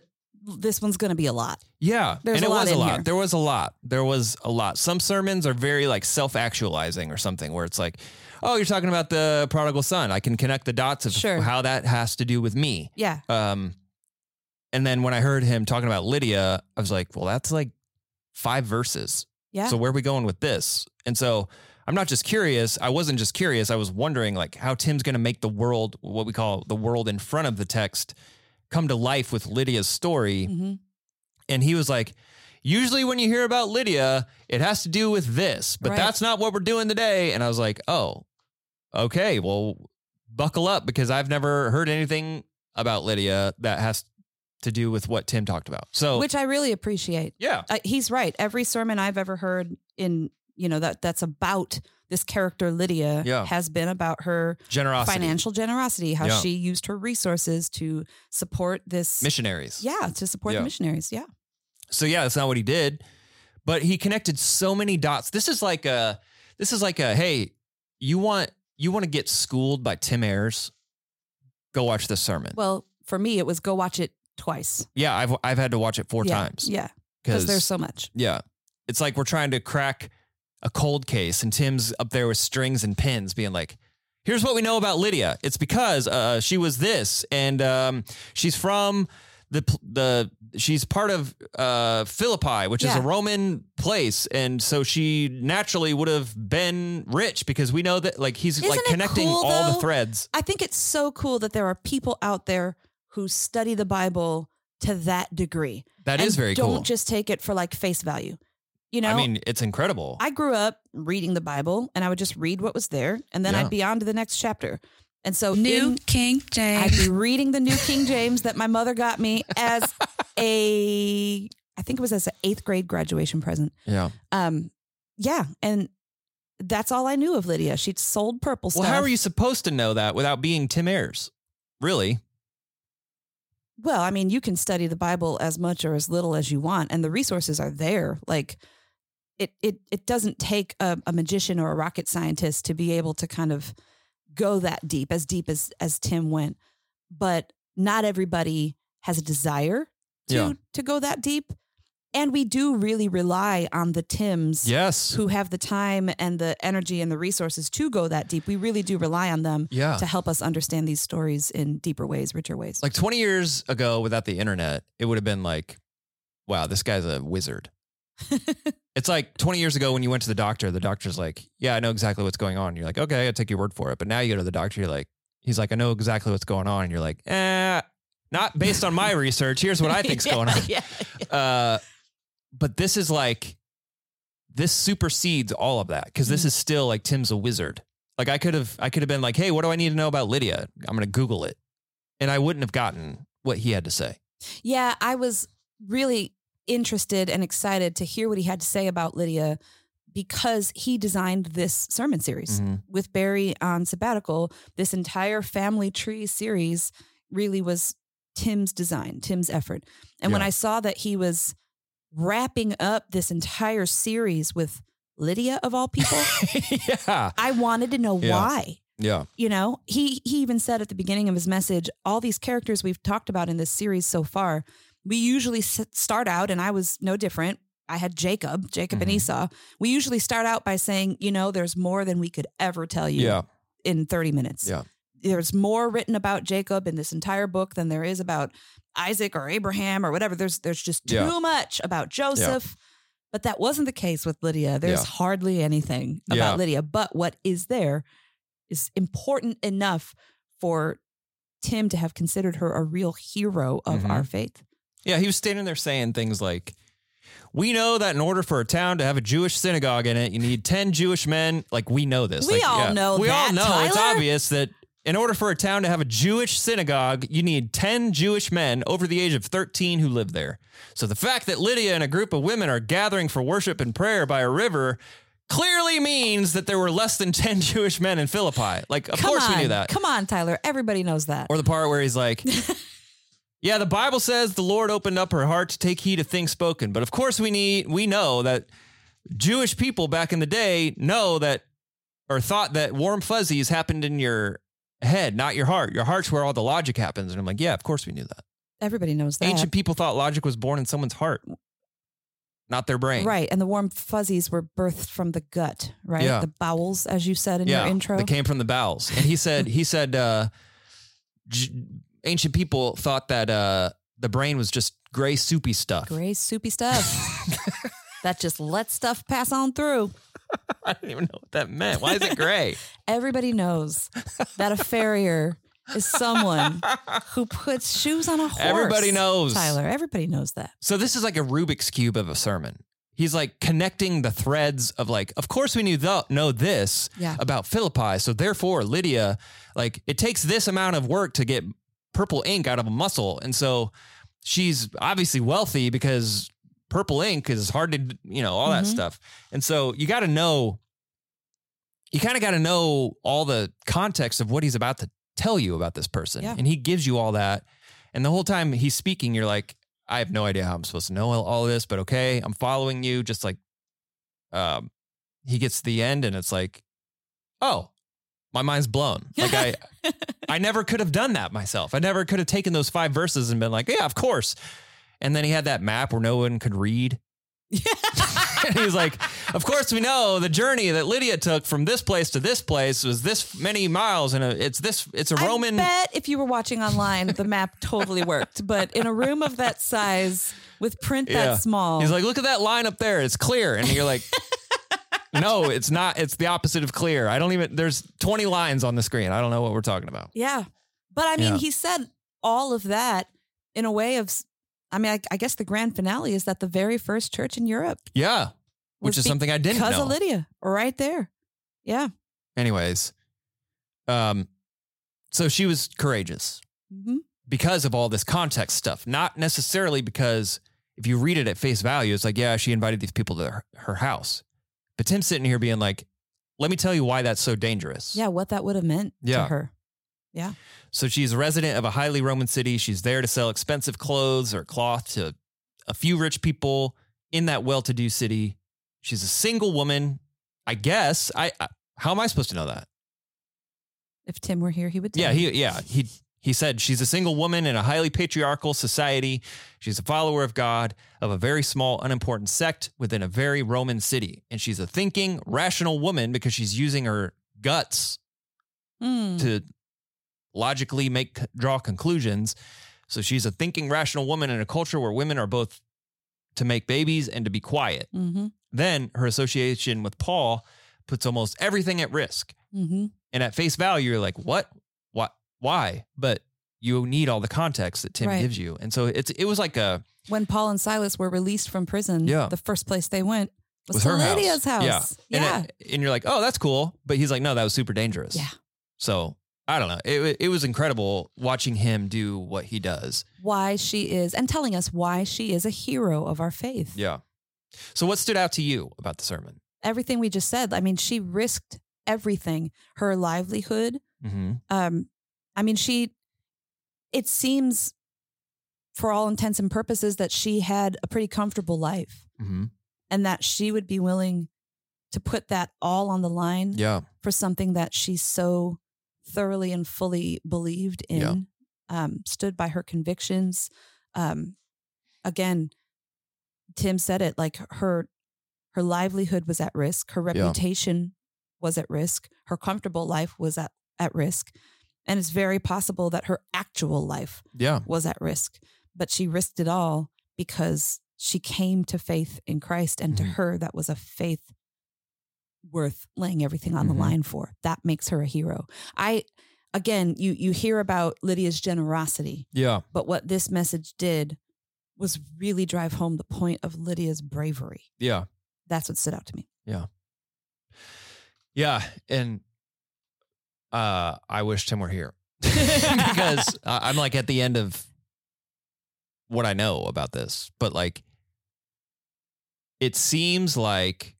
B: this one's going to be a lot.
A: yeah,
B: There's
A: and
B: a
A: it
B: lot
A: was a
B: in
A: lot.
B: here.
A: There was a lot. There was a lot. Some sermons are very like self-actualizing or something, where it's like, oh, you're talking about the prodigal son. I can connect the dots of
B: Sure.
A: how that has to do with me.
B: Yeah.
A: Um, and then when I heard him talking about Lydia, I was like, well, that's like five verses.
B: Yeah.
A: So where are we going with this? And so I'm not just curious. I wasn't just curious. I was wondering like how Tim's going to make the world, what we call the world in front of the text, come to life with Lydia's story.
B: Mhm.
A: And he was like, usually when you hear about Lydia, it has to do with this, but
B: Right.
A: that's not what we're doing today. And I was like, oh, okay, well, buckle up because I've never heard anything about Lydia that has to do with what Tim talked about. So
B: Which I really appreciate.
A: yeah,
B: uh, he's right. Every sermon I've ever heard in you know that that's about this character Lydia
A: Yeah.
B: has been about her
A: generosity,
B: financial generosity, how
A: Yeah.
B: she used her resources to support this
A: missionaries.
B: Yeah, to support
A: Yeah.
B: the missionaries. Yeah,
A: So yeah, that's not what he did, but he connected so many dots. This is like a this is like a hey, you want you want to get schooled by Tim Ayers? Go watch this sermon.
B: Well, for me, it was go watch it twice.
A: yeah, I've I've had to watch it four
B: yeah.
A: times
B: Yeah, because
A: because
B: there's so much.
A: yeah, it's like we're trying to crack a cold case, and Tim's up there with strings and pins, being like. Here's what we know about Lydia. It's because uh, she was this, and um, she's from the pl- the she's part of uh, Philippi, which is
B: Yeah.
A: a Roman place, and so she naturally would have been rich because we know that like he's like
B: Isn't it
A: connecting
B: cool,
A: all the
B: though?
A: threads.
B: I think it's so cool that there are people out there who study the Bible to that degree.
A: That
B: and
A: is very
B: don't
A: cool.
B: just take it for like face value. You know,
A: I mean, it's incredible.
B: I grew up reading the Bible and I would just read what was there and then
A: Yeah.
B: I'd be on to the next chapter. And so
E: New
B: in-
E: King *laughs*
B: I'd
E: James.
B: be reading the New King James that my mother got me as a, I think it was as an eighth grade graduation present.
A: Yeah.
B: Um, yeah, and that's all I knew of Lydia. She'd sold purple
A: Well,
B: stuff.
A: how are you supposed to know that without being Tim Ayers? Really?
B: Well, I mean, you can study the Bible as much or as little as you want, and the resources are there. Like, it it it doesn't take a, a magician or a rocket scientist to be able to kind of go that deep, as deep as as Tim went. But not everybody has a desire to
A: Yeah.
B: to go that deep, and we do really rely on the Tims
A: Yes.
B: who have the time and the energy and the resources to go that deep. We really do rely on them
A: Yeah.
B: to help us understand these stories in deeper ways, richer ways.
A: Like 20 years ago without the internet, it would have been like, wow, this guy's a
B: *laughs*
A: wizard. it's like 20 years ago when you went to the doctor, the doctor's like, yeah, I know exactly what's going on. You're like, okay, I take your word for it. But now you go to the doctor, you're like, he's like, I know exactly what's going on. And you're like, eh, not based on my research. Here's
B: *laughs*
A: what I think's going on.
B: Yeah.
A: Uh, but this is like this supersedes all of that because this is still like Tim's a wizard. Like I could have I could have been like, hey, what do I need to know about Lydia? I'm gonna Google it, and I wouldn't have gotten what he had to say.
B: Yeah, I was really interested and excited to hear what he had to say about Lydia because he designed this sermon series
A: Mm-hmm.
B: with Barry on sabbatical. This entire family tree series really was Tim's design, Tim's effort. And when
A: Yeah.
B: I saw that he was wrapping up this entire series with Lydia of
A: *laughs*
B: all people,
A: yeah,
B: I wanted to know
A: Yeah.
B: why
A: yeah,
B: you know he he even said at the beginning of his message all these characters we've talked about in this series so far we usually s- start out and i was no different i had jacob jacob and
A: Mhm.
B: esau we usually start out by saying you know there's more than we could ever tell you
A: yeah,
B: in 30 minutes
A: Yeah.
B: there's more written about jacob in this entire book than there is about isaac or abraham or whatever there's there's just too
A: Yeah.
B: much about joseph but that wasn't the case with lydia there's
A: Yeah.
B: hardly anything about
A: Yeah.
B: lydia but what is there is important enough for Tim to have considered her a real hero of
A: Mhm.
B: our faith.
A: yeah. He was standing there saying things like. We know that in order for a town to have a Jewish synagogue in it, you need 10 Jewish men. Like, we know this.
B: We
A: Like,
B: all know
A: We all
B: that,
A: know it's
B: Tyler.
A: obvious that in order for a town to have a Jewish synagogue, you need 10 Jewish men over the age of 13 who live there. So the fact that Lydia and a group of women are gathering for worship and prayer by a river clearly means that there were less than *laughs* 10 Jewish men in Philippi. Like, of
B: Come
A: course
B: on,
A: we knew that.
B: Come on, Tyler. Everybody knows that.
A: Or the part where he's
B: *laughs*
A: like, "Yeah, the Bible says the Lord opened up her heart to take heed of things spoken." But of course, we need we know that Jewish people back in the day know that or thought that warm fuzzies happened in your head, not your heart. Your heart's where all the logic happens. And I'm like, "Yeah, of course we knew that."
B: Everybody knows that.
A: Ancient people thought logic was born in someone's heart, not their brain.
B: Right. And the warm fuzzies were birthed from the gut, right?
A: Yeah.
B: The bowels, as you said in
A: yeah,
B: your intro.
A: That came from the bowels. And he said, he said, uh, j- ancient people thought that uh, the brain was just gray soupy stuff.
B: Gray,
A: *laughs*
B: soupy stuff. that just lets stuff pass on through.
A: *laughs* I didn't even know what that meant. Why is it gray?
B: Everybody knows that a farrier is someone who puts shoes on a horse.
A: Everybody knows.
B: Tyler, everybody knows that.
A: So this is like a Rubik's cube of a sermon. He's like connecting the threads of like, of course we knew th- know this
B: Yeah.
A: about Philippi. So therefore, Lydia, like it takes this amount of work to get purple ink out of a muscle, and so she's obviously wealthy because purple ink is hard to you know all that
B: Mhm.
A: stuff. And so you got to know, you kind of got to know all the context of what he's about to tell you about this person,
B: Yeah.
A: and he gives you all that. And the whole time he's speaking, you're like, I have no idea how I'm supposed to know all- all this, but okay, I'm following you. Just like, um, he gets to the end and it's like, oh, my mind's blown. Like I, I never could have done that myself. I never could have taken those five verses and been like, yeah, of course. And then he had that map where no one could read. *laughs* and he's like, of course we know the journey that Lydia took from this place to this place was this many miles, and a- it's this, it's a Roman.
B: I bet if you were watching online, the map totally worked. But in a room of that size with print
A: Yeah.
B: that small,
A: He's like, look at that line up there. It's clear. And you're like, no, it's not. It's the opposite of clear. I don't even, there's 20 lines on the screen. I don't know what we're talking about.
B: yeah. But I mean,
A: Yeah.
B: he said all of that in a way of, I mean, I, I guess the grand finale is that the very first church in Europe,
A: Yeah. Which
B: Was
A: is something I didn't
B: because
A: know.
B: of Lydia, right there. Yeah.
A: Anyways, um, So she was courageous
B: Mhm.
A: because of all this context stuff, not necessarily because if you read it at face value, it's like, yeah, she invited these people to her, her house. But Tim's sitting here being like, let me tell you why that's so dangerous.
B: Yeah, what that would have meant
A: Yeah.
B: to her.
A: So she's a resident of a highly Roman city. She's there to sell expensive clothes or cloth to a few rich people in that well to do city. She's a single woman. I guess. I, I how am I supposed to know that?
B: If Tim were here, he would. Tell
A: Yeah,
B: you.
A: he yeah, he he said she's a single woman in a highly patriarchal society. She's a follower of God of a very small unimportant sect within a very Roman city. And she's a thinking, rational woman because she's using her guts
B: Mm.
A: to logically make draw conclusions. So she's a thinking, rational woman in a culture where women are both to make babies and to be quiet.
B: Mhm.
A: Then her association with Paul puts almost everything at risk.
B: Mhm.
A: And at face value, you're like, what? What? Why? But you need all the context that Tim
B: Right.
A: gives you. And so it's it was like a
B: When Paul and Silas were released from prison,
A: Yeah.
B: the first place they went was,
A: was
B: to
A: her house.
B: Lydia's house.
A: Yeah. And,
B: Yeah.
A: it- and you're like, oh, that's cool. But he's like, no, that was super dangerous.
B: Yeah.
A: So I don't know. It, it was incredible watching him do what he does.
B: why she is and telling us why she is a hero of our faith.
A: Yeah. So what stood out to you about the sermon?
B: Everything we just said, I mean, she risked everything, her livelihood.
A: Mm-hmm.
B: Um, I mean, she, it seems for all intents and purposes that she had a pretty comfortable life
A: Mm-hmm.
B: and that she would be willing to put that all on the line
A: Yeah.
B: for something that she so thoroughly and fully believed in,
A: Yeah.
B: um, stood by her convictions. Um, again, Tim said it like her her livelihood was at risk, her
A: Yeah.
B: reputation was at risk, her comfortable life was at, at risk. And it's very possible that her actual life
A: Yeah.
B: was at risk, but she risked it all because she came to faith in Christ. And
A: Mhm.
B: to her, that was a faith worth laying everything on
A: Mhm.
B: the line for. That makes her a hero. I, again, you, you hear about Lydia's generosity,
A: Yeah.
B: but what this message did was really drive home the point of Lydia's bravery.
A: Yeah.
B: That's what stood out to me.
A: Yeah, and uh, I wish Tim were here *laughs* because uh, I'm like at the end of what I know about this, but like it seems like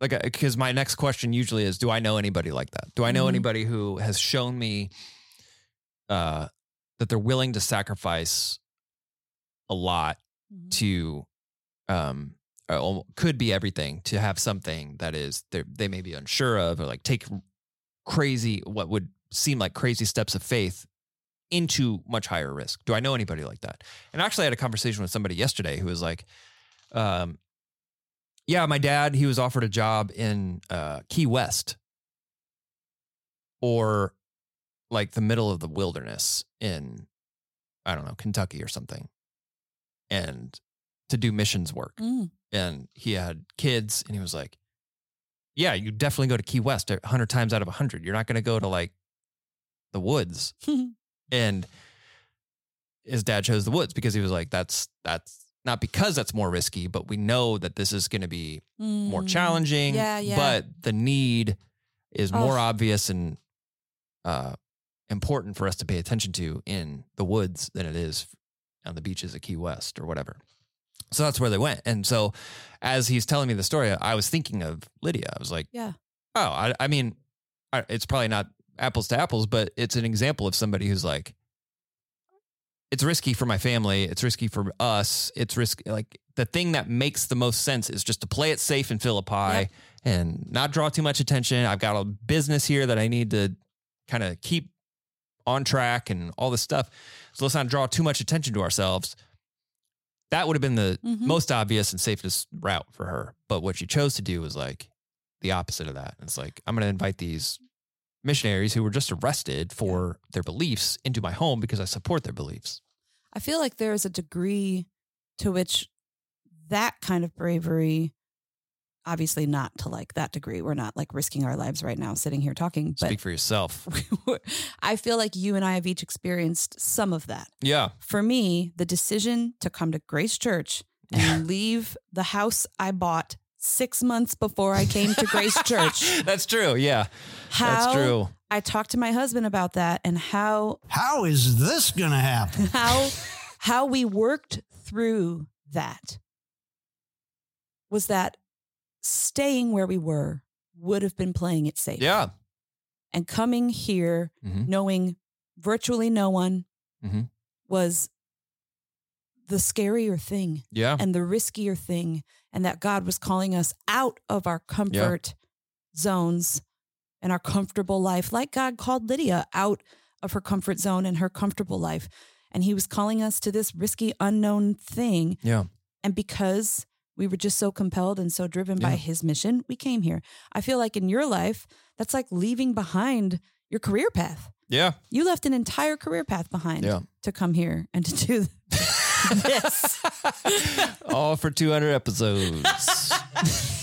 A: like because my next question usually is, do I know anybody like that? Do I know
B: Mhm.
A: anybody who has shown me uh, that they're willing to sacrifice a lot to um uh, al- could be everything to have something that is they're- they may be unsure of or like take crazy what would seem like crazy steps of faith into much higher risk do i know anybody like that and I actually had a conversation with somebody yesterday who was like um yeah my dad he was offered a job in uh key west or like the middle of the wilderness in i don't know kentucky or something and to do missions work
B: Mm.
A: and he had kids and he was like yeah you definitely go to key west 100 times out of 100 you're not going to go to like the
B: *laughs*
A: woods and his dad chose the woods because he was like that's that's not because that's more risky but we know that this is going to be more
B: Mm.
A: challenging
B: Yeah, yeah.
A: but the need is more
B: Oh.
A: obvious and uh important for us to pay attention to in the woods than it is on the beaches of Key West or whatever. So that's where they went. And so as he's telling me the story, I was thinking of Lydia. I was like,
B: Yeah.
A: Oh, I, I mean, I, it's probably not apples to apples, but it's an example of somebody who's like, it's risky for my family. It's risky for us. It's risk like the thing that makes the most sense is just to play it safe in Philippi
B: Yep.
A: and not draw too much attention. I've got a business here that I need to kind of keep on track and all this stuff. So let's not draw too much attention to ourselves. That would have been the
B: Mhm.
A: most obvious and safest route for her. But what she chose to do was like the opposite of that. It's like, I'm going to invite these missionaries who were just arrested for their beliefs into my home because I support their beliefs.
B: I feel like there is a degree to which that kind of bravery, obviously not to like that degree. We're not like risking our lives right now sitting here talking, *laughs*
A: Speak for yourself.
B: but I feel like you and I have each experienced some of that.
A: Yeah. *laughs*
B: For me, the decision to come to Grace Church and leave the house I bought six months before I came
A: *laughs*
B: to Grace Church.
A: That's true. Yeah.
B: How
A: true.
B: I talked to my husband about that and how
D: How is this going to happen?
B: how how we worked through that was that staying where we were would have been playing it safe.
A: Yeah.
B: And coming here
A: Mhm.
B: knowing virtually no one
A: Mhm.
B: was the scarier thing
A: Yeah.
B: and the riskier thing, and that God was calling us out of our comfort zones and our comfortable life, like God called Lydia out of her comfort zone and her comfortable life. And he was calling us to this risky, unknown thing.
A: Yeah.
B: And because we were just so compelled and so driven by
A: Yeah.
B: his mission, we came here. I feel like in your life, that's like leaving behind your career path.
A: Yeah.
B: You left an entire career path behind
A: Yeah.
B: to come here and to do *laughs* this.
A: *laughs* All for 200 episodes.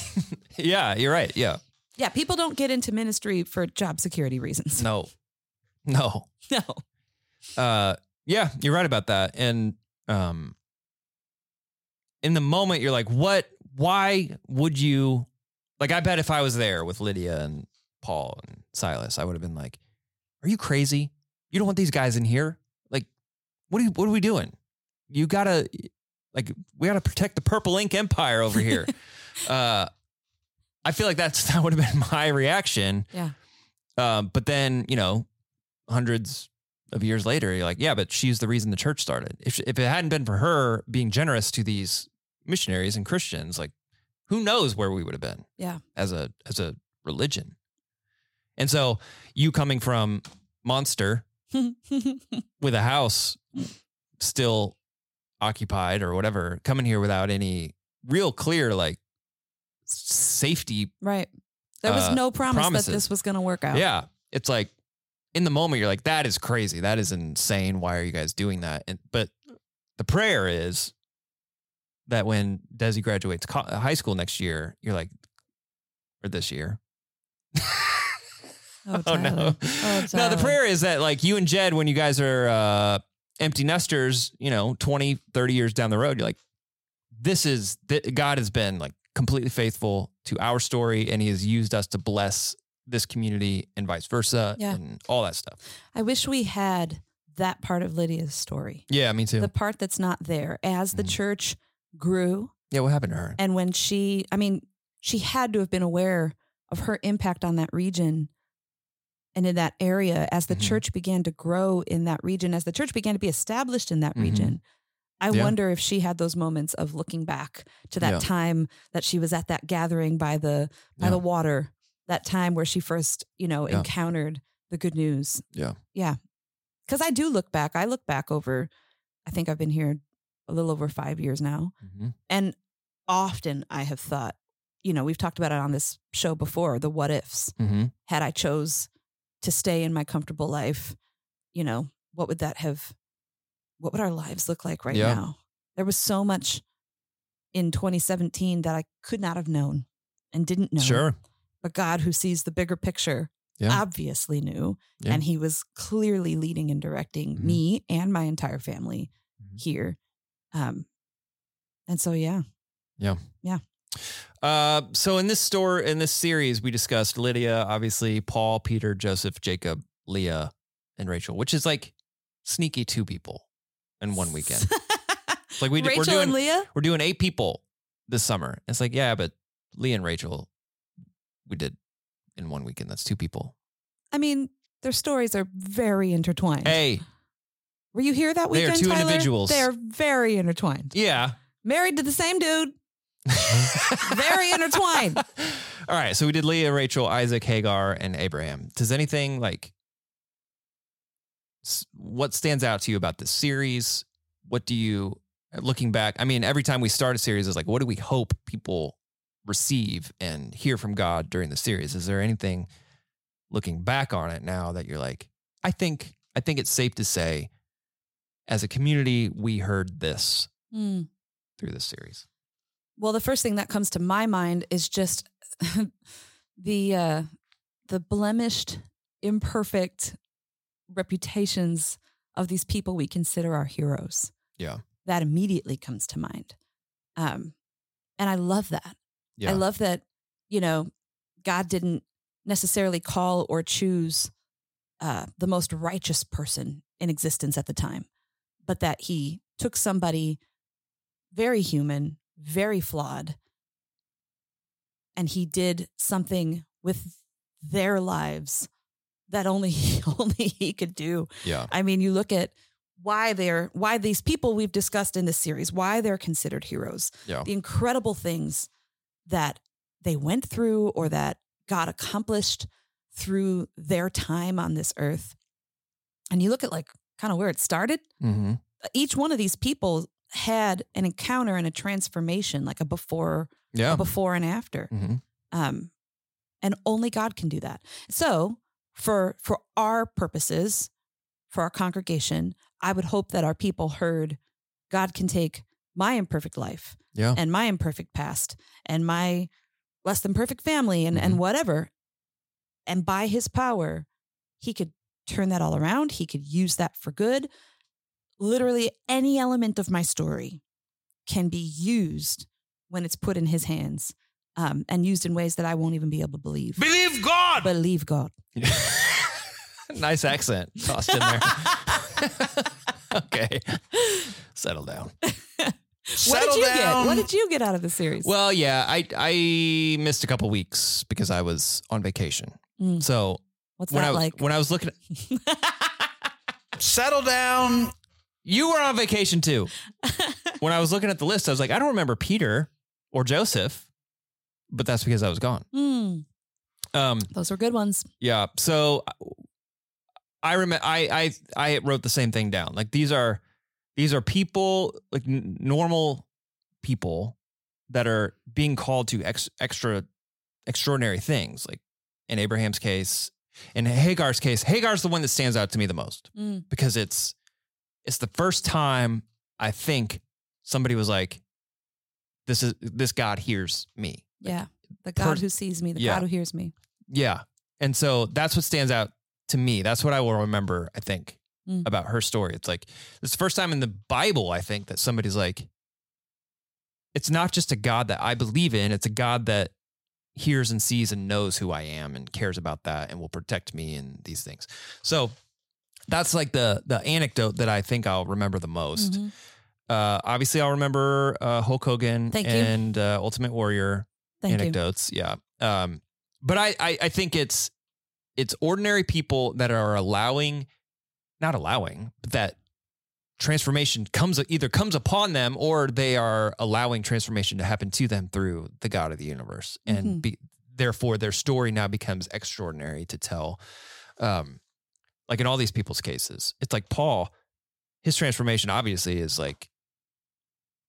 A: *laughs* yeah, you're right. Yeah.
B: Yeah, people don't get into ministry for job security reasons.
A: No. No.
B: No.
A: Uh yeah, you're right about that. And um in the moment you're like, "What why would you like I bet if I was there with Lydia and Paul and Silas, I would have been like, "Are you crazy? You don't want these guys in here? Like what are you, what are we doing? You got to like we got to protect the purple ink empire over here." uh I feel like that's *laughs* that would have been my reaction.
B: Yeah.
A: Um, but then, you know, hundreds of years later, you're like, yeah, but she's the reason the church started. If, if it hadn't been for her being generous to these missionaries and Christians, like, who knows where we would have been?
B: Yeah.
A: As a as a religion. And so you coming from Monster with a house still occupied or whatever, coming here without any real clear like safety
B: right. There was
A: Uh,
B: no promise
A: promises.
B: that this was going to work out.
A: yeah. It's like in the moment you're like, that is crazy. That is insane. Why are you guys doing that? And but the prayer is that when Desi graduates co- high school next year, you're like, or this year.
B: Oh,
A: *laughs* Oh
B: Tyler.
A: no.
B: Oh,
A: no, the
B: Tyler.
A: prayer is that like you and Jed, when you guys are uh, empty nesters, you know, 20, 30 years down the road, you're like, this is th- God has been like completely faithful to our story and he has used us to bless this community and vice versa
B: Yeah.
A: and all that stuff.
B: I wish we had that part of Lydia's story,
A: Yeah, me too.
B: the part that's not there. As the
A: Mhm.
B: church grew,
A: yeah, what happened to her?
B: and when she, I mean, she had to have been aware of her impact on that region and in that area as the
A: Mhm.
B: church began to grow in that region, as the church began to be established in that
A: Mhm.
B: region. I
A: Yeah.
B: wonder if she had those moments of looking back to that
A: Yeah.
B: time that she was at that gathering by the by
A: Yeah.
B: the water, that time where she first, you know,
A: Yeah.
B: encountered the good news.
A: Yeah.
B: Yeah. Cuz I do look back. I look back over I think I've been here a little over 5 years now.
A: Mhm.
B: And often I have thought, you know, we've talked about it on this show before, the what ifs.
A: Mhm.
B: Had I chose to stay in my comfortable life, you know, what would that have what would our lives look like right
A: Yeah.
B: now? There was so much in 2017 that I could not have known and didn't know.
A: Sure.
B: But God who sees the bigger picture
A: Yeah.
B: obviously knew
A: Yeah.
B: and he was clearly leading and directing
A: Mhm.
B: me and my entire family
A: Mhm.
B: here. Um and so yeah.
A: Uh, so in this store, in this series, we discussed Lydia, obviously Paul, Peter, Joseph, Jacob, Leah, and Rachel, which is like sneaky two people in one
B: *laughs*
A: weekend. It's like we d-
B: Rachel
A: we're doing
B: and Leah.
A: we're doing eight people this summer. It's like yeah, but Leah and Rachel, we did in one weekend. That's two people.
B: I mean, their stories are very intertwined.
A: Hey,
B: Were you here that
A: They are
B: weekend?
A: two
B: Tyler?
A: individuals.
B: They are very intertwined.
A: yeah.
B: Married to the same dude. Very intertwined.
A: *laughs* All right, so we did Leah, Rachel, Isaac, Hagar, and Abraham. Does anything like s- what stands out to you about this series? What do you looking back? I mean, every time we start a series is like, what do we hope people receive and hear from God during the series? Is there anything looking back on it now that you're like, I think I think it's safe to say as a community we heard this
B: Hmm.
A: through this series.
B: Well, the first thing that comes to my mind is just *laughs* the uh, the blemished, imperfect reputations of these people we consider our heroes.
A: Yeah.
B: that immediately comes to mind, um, and I love that.
A: Yeah.
B: I love that, you know, God didn't necessarily call or choose uh, the most righteous person in existence at the time, but that he took somebody very human, very flawed, and he did something with their lives that only *laughs* only he could do.
A: yeah.
B: I mean, you look at why they're why these people we've discussed in this series, why they're considered heroes,
A: Yeah.
B: the incredible things that they went through or that God accomplished through their time on this earth. And you look at like kind of where it started.
A: Mm-hmm.
B: Each one of these people had an encounter and a transformation, like a before,
A: Yeah.
B: a before and after
A: Mm-hmm.
B: um, and only God can do that. So, for for our purposes, for our congregation, I would hope that our people heard God can take my imperfect life
A: Yeah.
B: and my imperfect past and my less than perfect family and
A: Mm-hmm.
B: and whatever, and by His power, He could turn that all around. He could use that for good. Literally, any element of my story can be used when it's put in His hands um, and used in ways that I won't even be able to believe.
E: Believe God.
B: Believe God.
A: *laughs* nice accent tossed in there. *laughs* okay. Settle down.
B: What
A: Settle
B: did you get? What did you get out of the series?
A: Well, yeah, I I missed a couple weeks because I was on vacation.
B: Mm.
A: So
B: What's
A: when
B: that
A: I was-
B: like?
A: when I was looking,
B: *laughs*
E: Settle down.
A: you were on vacation
B: *laughs*
A: too. when I was looking at the list, I was like, I don't remember Peter or Joseph, but that's because I was gone.
B: Mm,
A: Um,
B: those were good ones.
A: yeah. So uh, I remember I I I wrote the same thing down. Like these are these are people like n- normal people that are being called to ex- extra extraordinary things. Like in Abraham's case, in Hagar's case, Hagar's the one that stands out to me the most
B: Mm.
A: because it's it's the first time I think somebody was like, "This is this God hears me."
B: Yeah. The God
A: Per-
B: who sees me, the
A: Yeah.
B: God who hears me.
A: Yeah, and so that's what stands out to me. That's what I will remember. I think
B: Mm.
A: about her story. It's like it's the first time in the Bible I think that somebody's like, "It's not just a God that I believe in. It's a God that." hears and sees and knows who I am and cares about that and will protect me and these things. So that's like the the anecdote that I think I'll remember the most.
B: Mhm.
A: Uh, obviously, I'll remember uh, Hulk Hogan
B: Thank you.
A: and uh, Ultimate Warrior
B: Thank you.
A: anecdotes. Yeah, um, but I, I I think it's it's ordinary people that are allowing, not allowing, but that transformation comes either comes upon them or they are allowing transformation to happen to them through the God of the universe, and
B: Mhm.
A: be, therefore their story now becomes extraordinary to tell. Um, like in all these people's cases, it's like Paul, his transformation obviously is like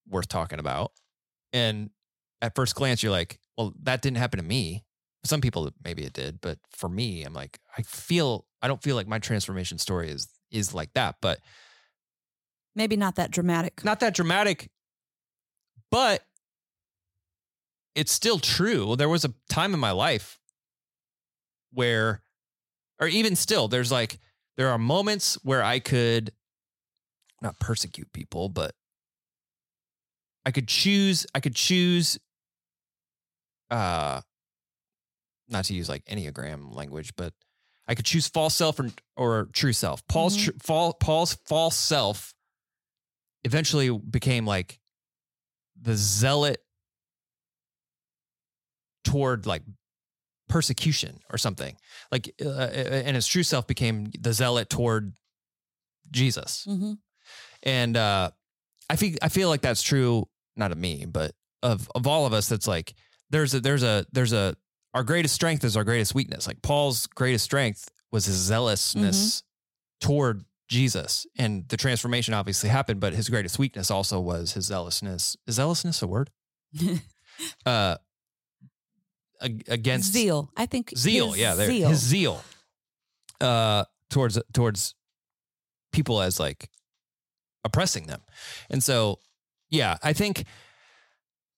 A: worth talking about. And at first glance, you're like, well, that didn't happen to me. Some people, maybe it did, but for me, I'm like, I feel, I don't feel like my transformation story is is like that, but
B: Maybe not that dramatic.
A: not that dramatic. But it's still true. There was a time in my life where, or even still, there's like, there are moments where I could not persecute people, but I could choose, I could choose, uh, not to use like Enneagram language, but I could choose false self or, or true self. Paul's,
B: Mhm.
A: tr- fal- Paul's false self eventually became like the zealot toward like persecution or something like uh, and his true self became the zealot toward jesus
B: hmm
A: and uh i think i feel like that's true not of me but of of all of us that's like there's a there's a there's a our greatest strength is our greatest weakness like paul's greatest strength was his zealousness toward jesus and the transformation obviously happened but his greatest weakness also was his zealousness is zealousness a word uh ag- against
B: zeal. I think
A: zeal
B: his
A: yeah there,
B: zeal.
A: his zeal uh towards towards people as like oppressing them and so yeah i think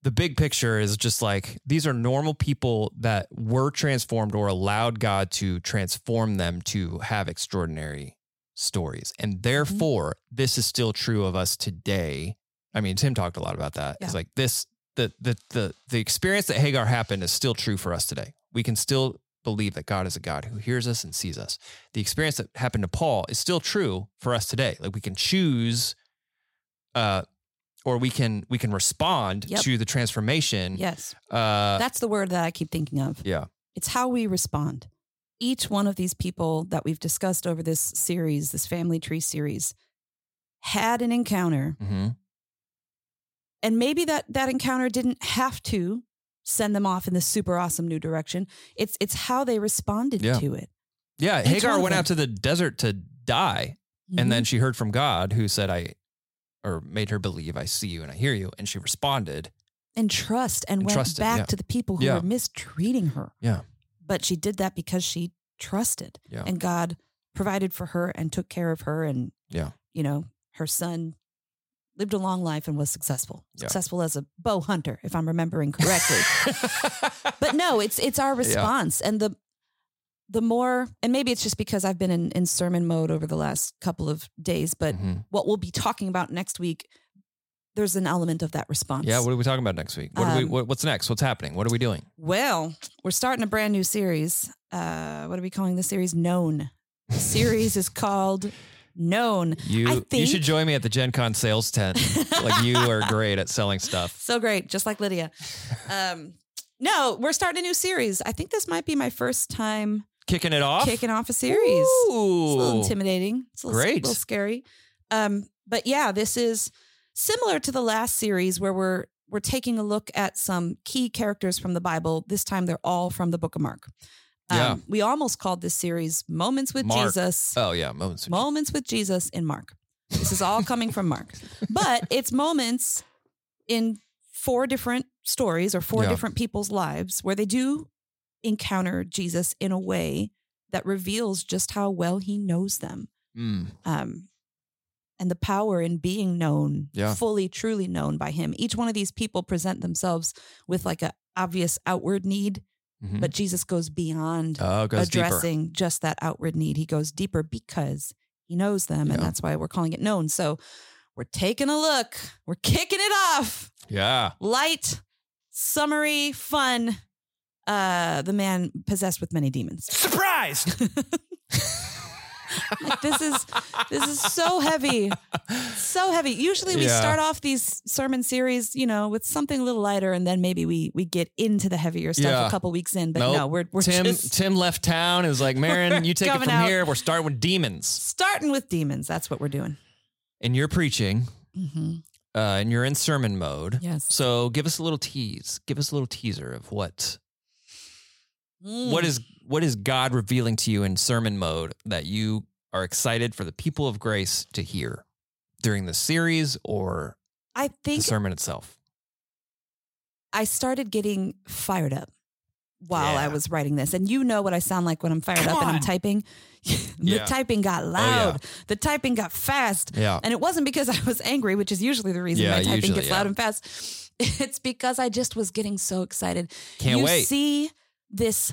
A: the big picture is just like these are normal people that were transformed or allowed god to transform them to have extraordinary stories
B: Mm-hmm.
A: and therefore this is still true of us today i mean tim talked a lot about that
B: Yeah.
A: it's like this the the the the experience that Hagar happened is still true for us today. We can still believe that God is a God who hears us and sees us. The experience that happened to Paul is still true for us today. Like we can choose uh or we can we can respond
B: Yep.
A: to the transformation.
B: Yes.
A: Uh
B: That's the word that I keep thinking of.
A: yeah.
B: It's how we respond. Each one of these people that we've discussed over this series, this family tree series, had an encounter
A: hmm
B: and maybe that that encounter didn't have to send them off in this super awesome new direction. It's it's how they responded
A: Yeah.
B: to it.
A: Yeah,
B: Each one
A: Hagar
B: of
A: went
B: them.
A: out to the desert to die and
B: Mm-hmm.
A: then she heard from God who said I or made her believe I see you and I hear you and she responded.
B: and trust and,
A: And
B: went
A: trusted,
B: back
A: yeah.
B: to the people who
A: Yeah.
B: were mistreating her.
A: Yeah.
B: But she did that because she trusted
A: Yeah.
B: and God provided for her and took care of her and
A: Yeah.
B: you know, her son lived a long life and was successful.
A: Yeah.
B: Successful as a bow hunter if I'm
A: *laughs*
B: remembering correctly. but no, it's it's our response and the the more and maybe it's just because I've been in, in sermon mode over the last couple of days, but
A: Mhm.
B: what we'll be talking about next week, there's an element of that response.
A: Yeah, what are we talking about next week? What are we,
B: Um,
A: what, what's next? What's happening? What are we doing?
B: Well, we're starting a brand new series. Uh, what are we calling the series? Known. The series is called Known. *laughs*
A: You
B: I
A: you
B: think-
A: should join me at the Gen Con sales tent. like you are great at selling stuff.
B: So great, just like Lydia. Um, no, we're starting a new series. I think this might be my first time
A: Kicking it off.
B: kicking off a series. It's a little
A: Ooh.
B: intimidating. It's a little,
A: Great.
B: little scary. Um, but yeah, this is similar to the last series where we're we're taking a look at some key characters from the Bible. This time they're all from the Book of Mark. Um,
A: Yeah.
B: We almost called this series "Moments with
A: Mark.
B: Jesus."
A: Oh yeah, moments. of-
B: moments with Jesus in Mark. This is all coming from Mark,
A: *laughs*
B: but it's moments in four different stories or four
A: Yeah.
B: different people's lives where they do encounter Jesus in a way that reveals just how well he knows them
A: Mm.
B: um, and the power in being known,
A: Yeah.
B: fully, truly known by him. Each one of these people present themselves with like a obvious outward need,
A: Mhm.
B: but Jesus goes beyond
A: oh, it goes deeper.
B: addressing just that outward need. He goes deeper because he knows them, and
A: Yeah.
B: that's why we're calling it known. So we're taking a look, we're kicking it off.
A: Yeah.
B: Light, summary, fun. Uh, the man possessed with many demons.
A: Surprised.
B: Like,
A: *laughs*
B: this is this is so heavy, so heavy. Usually we
A: Yeah.
B: start off these sermon series, you know, with something a little lighter, and then maybe we we get into the heavier stuff
A: Yeah.
B: a couple weeks in. But
A: Nope.
B: no, we're we're
A: Tim *laughs*
B: just
A: Tim left town. It was like, Marin, you take it
B: coming
A: from
B: out.
A: here. We're starting with demons.
B: starting with demons. That's what we're doing.
A: And you're preaching,
B: Mm-hmm.
A: uh, and you're in sermon mode.
B: Yes.
A: So give us a little tease. Give us a little teaser of what what
B: Mm, Hmm.
A: is what is God revealing to you in sermon mode that you are excited for the people of grace to hear during the series or
B: I
A: the
B: think
A: sermon itself?
B: I started getting fired up while I
A: Yeah.
B: was writing this. And you know what I sound like when I'm fired
D: Come
B: up and I'm
D: on.
B: typing. *laughs* the
A: Yeah.
B: typing got loud. The typing got fast.
A: Yeah.
B: And it wasn't because *laughs* I was angry, which is usually the reason
A: Yeah,
B: my typing
A: usually,
B: gets
A: yeah.
B: loud and fast. *laughs* It's because I just was getting so excited.
A: Can't
B: you
A: wait.
B: see this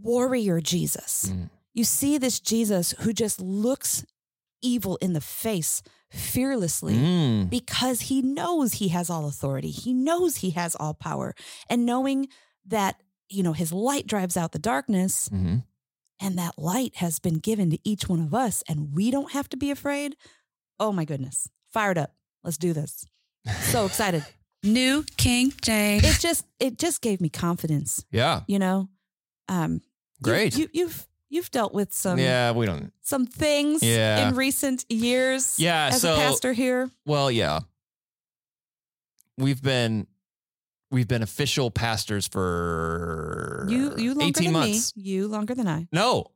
B: warrior Jesus.
A: Mm.
B: You see this Jesus who just looks evil in the face fearlessly
A: Mm.
B: because he knows he has all authority. He knows he has all power. And knowing that, you know, his light drives out the darkness
A: Mhm.
B: and that light has been given to each one of us and we don't have to be afraid. Oh my goodness. Fired up. Let's do this. So excited.
E: New King James.
B: it just it just gave me confidence,
A: *laughs* Yeah.
B: you know. Um you-
A: Great.
B: You, um, you've you've dealt with some
A: yeah, we don't.
B: some things
A: Yeah.
B: in recent years
A: Yeah,
B: as
A: so-
B: a pastor here.
A: Well, yeah. We've been we've been official pastors for
B: You you longer
A: 18
B: than
A: er, months.
B: me. You longer than I.
A: No.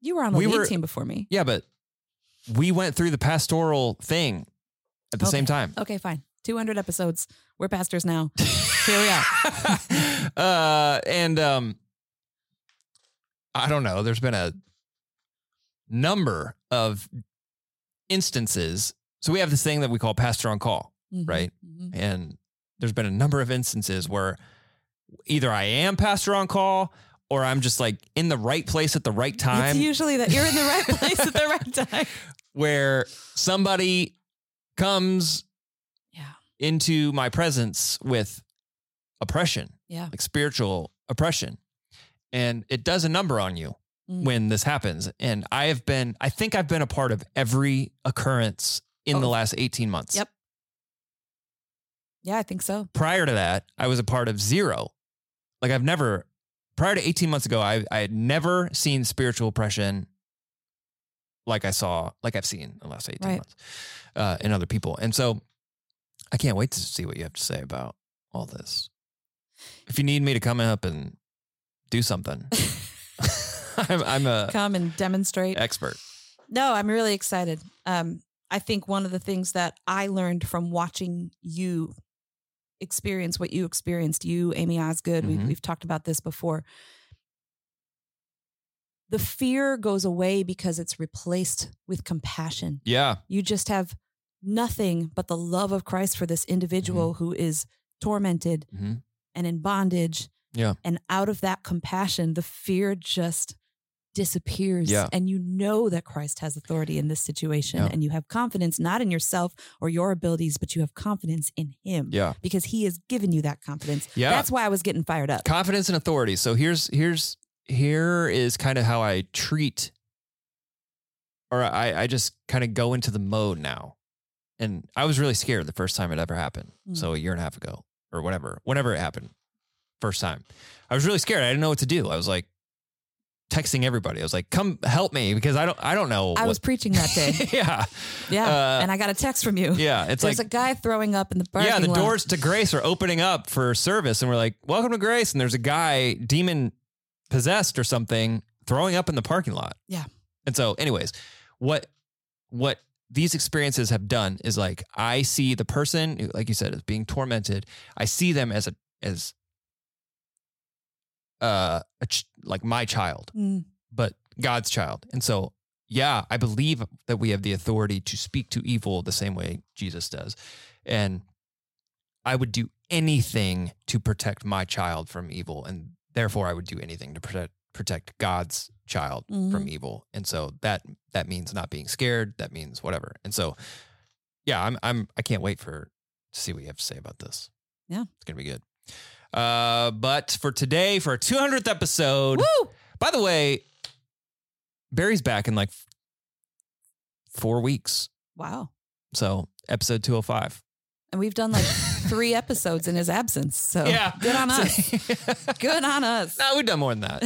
B: You were on the
A: We
B: lead
A: were-
B: team before me.
A: Yeah, but we went through the pastoral thing at the
B: Okay.
A: same time.
B: Okay, fine. 200 episodes. We're pastors now. Here we are.
A: *laughs* uh, and um, I don't know. There's been a number of instances. So we have this thing that we call pastor on call,
B: Mhm.
A: Right.
B: Mhm.
A: and there's been a number of instances where either I am pastor on call or I'm just like in the right place at the right time.
B: It's usually that you're in
A: *laughs*
B: the right place at the right time.
A: where somebody comes
B: Yeah.
A: into my presence with oppression,
B: Yeah.
A: like spiritual oppression. And it does a number on you
B: Mm.
A: when this happens. And I have been, I think I've been a part of every occurrence in the
B: Oh.
A: last 18 months.
B: Yep. Yeah, I think so.
A: Prior to that, I was a part of zero. Like I've never, prior to 18 months ago, I, I had never seen spiritual oppression like I saw, like I've seen in the last 18
B: Right.
A: months uh, in other people. And so I can't wait to see what you have to say about all this. If you need me to come up and do
B: *laughs*
A: something, *laughs* I'm, I'm a
B: Come and demonstrate.
A: expert.
B: No, I'm really excited. Um, I think one of the things that I learned from watching you experience what you experienced, you, Amy Osgood,
A: Mhm.
B: we, we've talked about this before. The fear goes away because it's replaced with compassion.
A: Yeah.
B: You just have nothing but the love of Christ for
A: Mm-hmm.
B: this individual who is tormented
A: Mhm.
B: and in bondage.
A: Yeah.
B: And out of that compassion, the fear just disappears.
A: Yeah.
B: And you know that Christ has authority in this situation.
A: Yeah.
B: And you have confidence not in yourself or your abilities, but you have confidence in Him
A: Yeah.
B: because He has given you that confidence.
A: Yeah.
B: That's why I was getting fired up.
A: confidence and authority so here's here's here is kind of how i treat or i i just kind of go into the mode now and i was really scared the first time it ever happened
B: Mm.
A: so a year and a half ago or whatever whenever it happened first time i was really scared i didn't know what to do i was like texting everybody i was like come help me because i don't i don't know
B: I
A: what
B: was preaching that
A: *laughs*
B: day.
A: yeah
B: Yeah.
A: Uh,
B: and I got a text from you.
A: yeah it's
B: There's
A: like
B: a guy throwing up in the parking
A: yeah, the
B: lot.
A: doors to Grace are opening up for service, and we're like, "Welcome to Grace." And there's a guy, demon possessed or something, throwing up in the parking lot.
B: Yeah.
A: And so, anyways, what what these experiences have done is like I see the person, who, like you said, is being tormented. I see them as a as uh a ch- like my child,
B: Mm,
A: but God's child, and so. Yeah, I believe that we have the authority to speak to evil the same way Jesus does. And I would do anything to protect my child from evil, and therefore I would do anything to protect protect God's child
B: Mm-hmm.
A: from evil. And so that that means not being scared. That means whatever. And so, yeah, I'm I'm I can't wait for to see what you have to say about this.
B: Yeah.
A: it's gonna be good. Uh, but for today, for our 200th episode,
B: Woo!
A: by the way, Barry's back in like f- four weeks.
B: Wow.
A: So episode 205.
B: And we've done like three episodes in his absence. So
A: Yeah.
B: good on us. Good on us.
A: no, we've done more than that.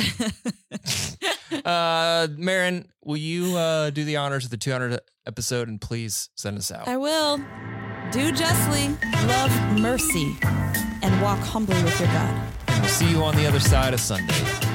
A: Uh, Marin, will you uh, do the honors of the 200 episode and please send us out?
B: I will. Do justly, love mercy, and walk humbly with your God.
A: And we'll see you on the other side of Sunday.